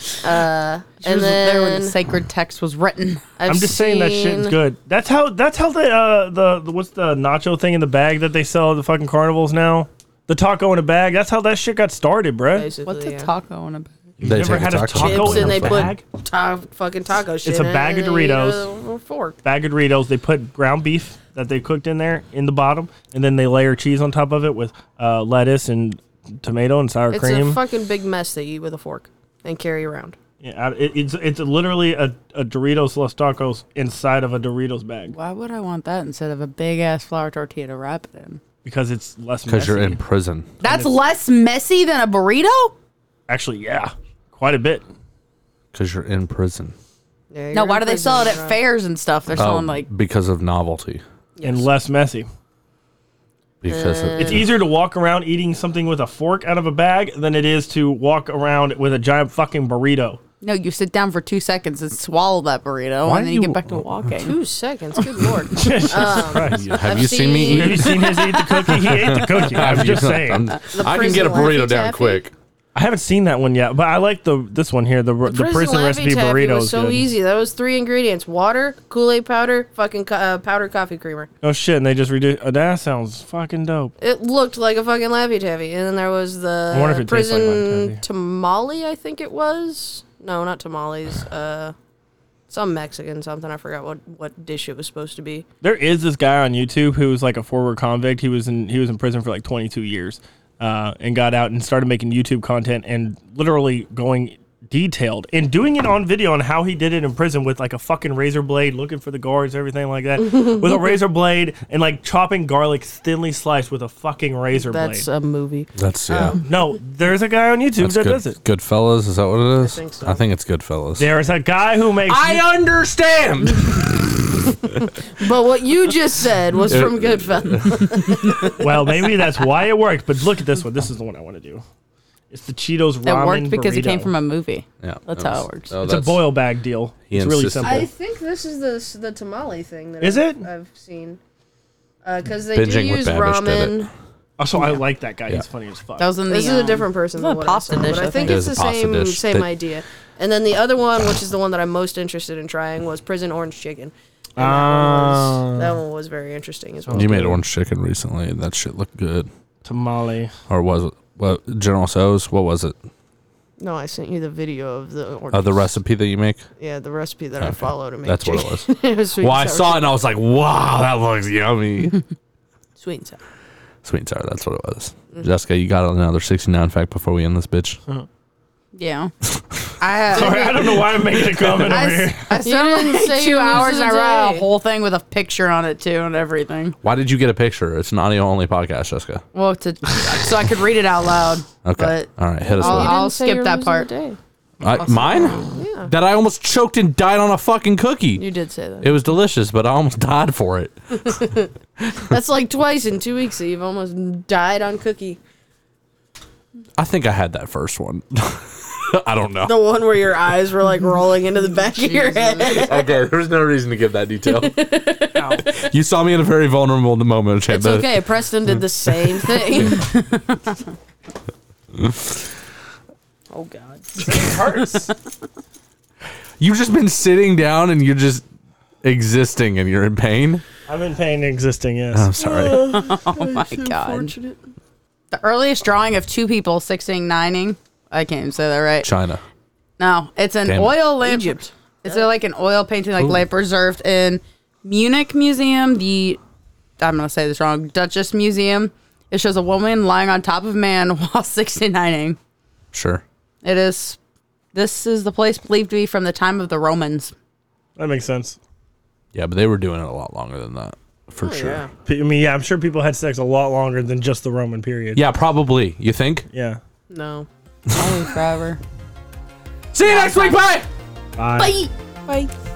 S2: She
S4: and
S2: was there when
S4: then
S2: the sacred text was written.
S4: I've
S3: I'm just saying that shit's
S4: seen-
S3: good. That's how. That's how the uh the, the what's the nacho thing in the bag that they sell at the fucking carnivals now. The taco in a bag. That's how that shit got started, bruh.
S4: Basically,
S2: *laughs* What's a
S4: yeah.
S2: taco on a
S1: They
S3: Never
S1: take
S3: had a
S1: taco.
S3: taco
S4: Chips
S3: in
S4: and
S3: a
S4: they
S3: bag.
S4: put ta- fucking taco shit.
S3: a
S4: in it,
S3: bag of
S4: and they eat
S3: Doritos.
S4: a- a fork.
S3: Bag of Doritos. They put ground beef that they cooked in there in the bottom, and then they layer cheese on top of it with uh, lettuce and tomato and sour
S4: It's
S3: cream.
S4: a fucking big mess they eat with a fork and carry around.
S3: yeah, it, it's it's literally a, a Doritos Los Tacos inside of a Doritos bag
S2: Why would I want that instead of a big ass flour tortilla to wrap it in?
S3: because it's less.
S1: Because you're
S3: messy.
S1: in prison.
S2: That's less messy than a burrito?
S3: Actually, yeah, quite a bit.
S1: Because you're in prison.
S4: Yeah,
S2: No,
S4: you're
S2: why
S4: in
S2: do they
S4: prison,
S2: sell it at
S4: right?
S2: fairs and stuff? They're
S1: Oh,
S2: selling like
S1: because of novelty.
S3: And less messy.
S1: Because of,
S3: It's easier to walk around eating something with a fork out of a bag than it is to walk around with a giant fucking burrito.
S2: No, you sit down for two seconds and swallow that burrito,
S1: Why
S2: and then
S1: you-
S2: you get back to
S4: *laughs*
S2: walking.
S5: Two seconds. Good
S3: *laughs*
S5: lord.
S3: Christ.
S1: Have you seen me
S3: Have
S1: eat?
S3: you seen his eat the cookie? He ate the cookie. *laughs*
S1: *laughs*
S3: I'm
S1: Have you-
S3: just saying.
S1: I'm- I can get a
S5: prison
S1: burrito
S5: Laffy
S1: down
S5: Taffy?
S1: quick.
S3: I haven't seen that one yet, but I like the this one here, the the, prison,
S5: Laffy
S3: recipe
S5: Taffy
S3: burrito.
S5: was
S3: is
S5: so
S3: good.
S5: easy.
S4: That was three ingredients: water, Kool Aid powder, fucking co- uh, powdered coffee creamer.
S3: Oh shit! And they just redo. Oh, that sounds fucking dope.
S4: It looked like a fucking Laffy Taffy, and then there was the
S3: I wonder if it tastes like
S4: prison
S3: Laffy Taffy.
S4: tamale. I think it was. No, not tamales. Uh, some Mexican something. I forgot what what dish it was supposed to be.
S3: There is this guy on YouTube who was like a former convict. He was in he was in prison for like 22 years, uh, and got out and started making YouTube content and literally going detailed and doing it on video on how he did it in prison with like a fucking razor blade, looking for the guards, everything
S2: *laughs*
S3: like that, with a razor blade and like chopping garlic thinly sliced with a fucking razor
S4: That's
S3: blade.
S4: a movie.
S1: That's yeah.
S3: no, there's a guy on YouTube
S1: That's
S3: Um,
S1: good.
S3: that does it.
S1: Goodfellas, is that what it is? I
S4: think so.
S1: it's Goodfellas.
S3: There's a guy who makes.
S1: understand.
S4: But what you just
S3: *laughs*
S4: said was from Goodfellas.
S3: well, maybe that's why it worked. But look at this one. This is the one I want to do. It's the Cheetos
S2: It
S3: ramen.
S2: worked because it came
S3: burrito.
S2: from a movie.
S1: Yeah,
S2: That's
S1: that
S2: how
S1: was-
S2: it works.
S1: oh,
S3: It's a
S1: that's-
S3: boil bag deal.
S1: He
S3: It's really
S1: insisted.
S3: simple.
S4: I think this is the s- the tamale thing. That
S3: Is
S4: I've,
S3: it?
S4: I've seen. Because they do
S1: Binging with
S4: use
S1: Babish did it.
S4: ramen.
S3: also, I like that guy. He's funny as fuck.
S2: That was in the.
S4: This is a
S2: um,
S4: different person.
S2: it's not
S4: Than
S2: a
S4: what
S2: pasta
S4: I saw,
S2: dish,
S4: but I
S2: I
S4: think
S2: think.
S4: it's the
S1: It is a pasta
S4: same
S1: dish.
S4: same
S1: They-
S4: idea. And then the other one, which is the one that I'm most interested in trying, was prison orange chicken. And that, one was, that one was very interesting as well.
S1: You made orange chicken recently, and that shit looked good.
S3: *laughs* tamale.
S1: Or was it? Well, General So's. What was it?
S4: No, I sent you the video of the orange.
S1: Uh, the recipe that you make.
S4: Yeah, the recipe that I followed. To make
S1: That's what
S4: chicken.
S1: it was.
S4: *laughs* it was sweet
S1: Well, I
S4: and sour
S1: saw it and I was like, "Wow, that looks yummy." *laughs*
S4: chicken. Sweet and sour.
S1: Sweet and sour. That's what it was.
S2: Mm-hmm.
S1: Jessica, you got another sixty-nine fact before we end this bitch.
S2: *laughs* Yeah.
S3: Sorry, I don't know why I'm making a comment over here.
S2: I
S4: You didn't
S2: *laughs*
S4: say
S2: two
S4: you
S2: hours
S4: lose
S2: and I
S4: the
S2: wrote out
S4: day.
S2: a whole thing with a picture on it too and everything.
S1: Why did you get a picture? It's an audio-only podcast, Jessica.
S2: Well, to so I could read it out loud.
S1: Okay.
S2: But
S1: All right. Hit us
S2: I'll,
S1: with it.
S2: I'll
S4: say
S2: skip
S4: you're
S2: that
S4: losing
S2: part.
S1: I, mine? That I almost choked and died on a fucking cookie.
S4: You did say that.
S1: It was delicious, but I almost *laughs* died for it.
S4: That's like twice in two weeks that you've almost died on cookie.
S1: I think I had that first one. *laughs* I don't know.
S4: The one where your eyes were like rolling into the back of your head.
S1: Okay, *laughs* there's no reason to give that detail. you saw me in a very vulnerable moment. Chad,
S4: It's
S1: but-
S4: okay. Preston did the same thing. *laughs* oh God.
S1: You've just been sitting down and you're just existing and you're in pain.
S3: I'm in pain existing, yes.
S1: Oh, I'm
S4: Uh.
S1: sorry.
S2: My God. The earliest drawing of two people sixing nining. I can't even say that right.
S1: China.
S2: No, it's an
S1: Damn it.
S2: oil lamp. It's uh, like an oil painting, like like preserved in Munich Museum. The I'm gonna say this wrong. Duchess Museum. It shows a woman lying on top of a man *laughs* while 69ing.
S1: Sure.
S2: It is. This is the place believed to be from the time of the Romans.
S3: That makes sense.
S1: Yeah, but they were doing it a lot longer than that, for
S4: Oh,
S1: sure. Oh, Yeah.
S3: P- I mean, yeah, I'm sure people had sex a lot longer than just the Roman period.
S1: probably. You think?
S3: Yeah.
S4: No.
S2: Only forever.
S1: See you next week. Bye.
S3: Bye.
S7: Bye.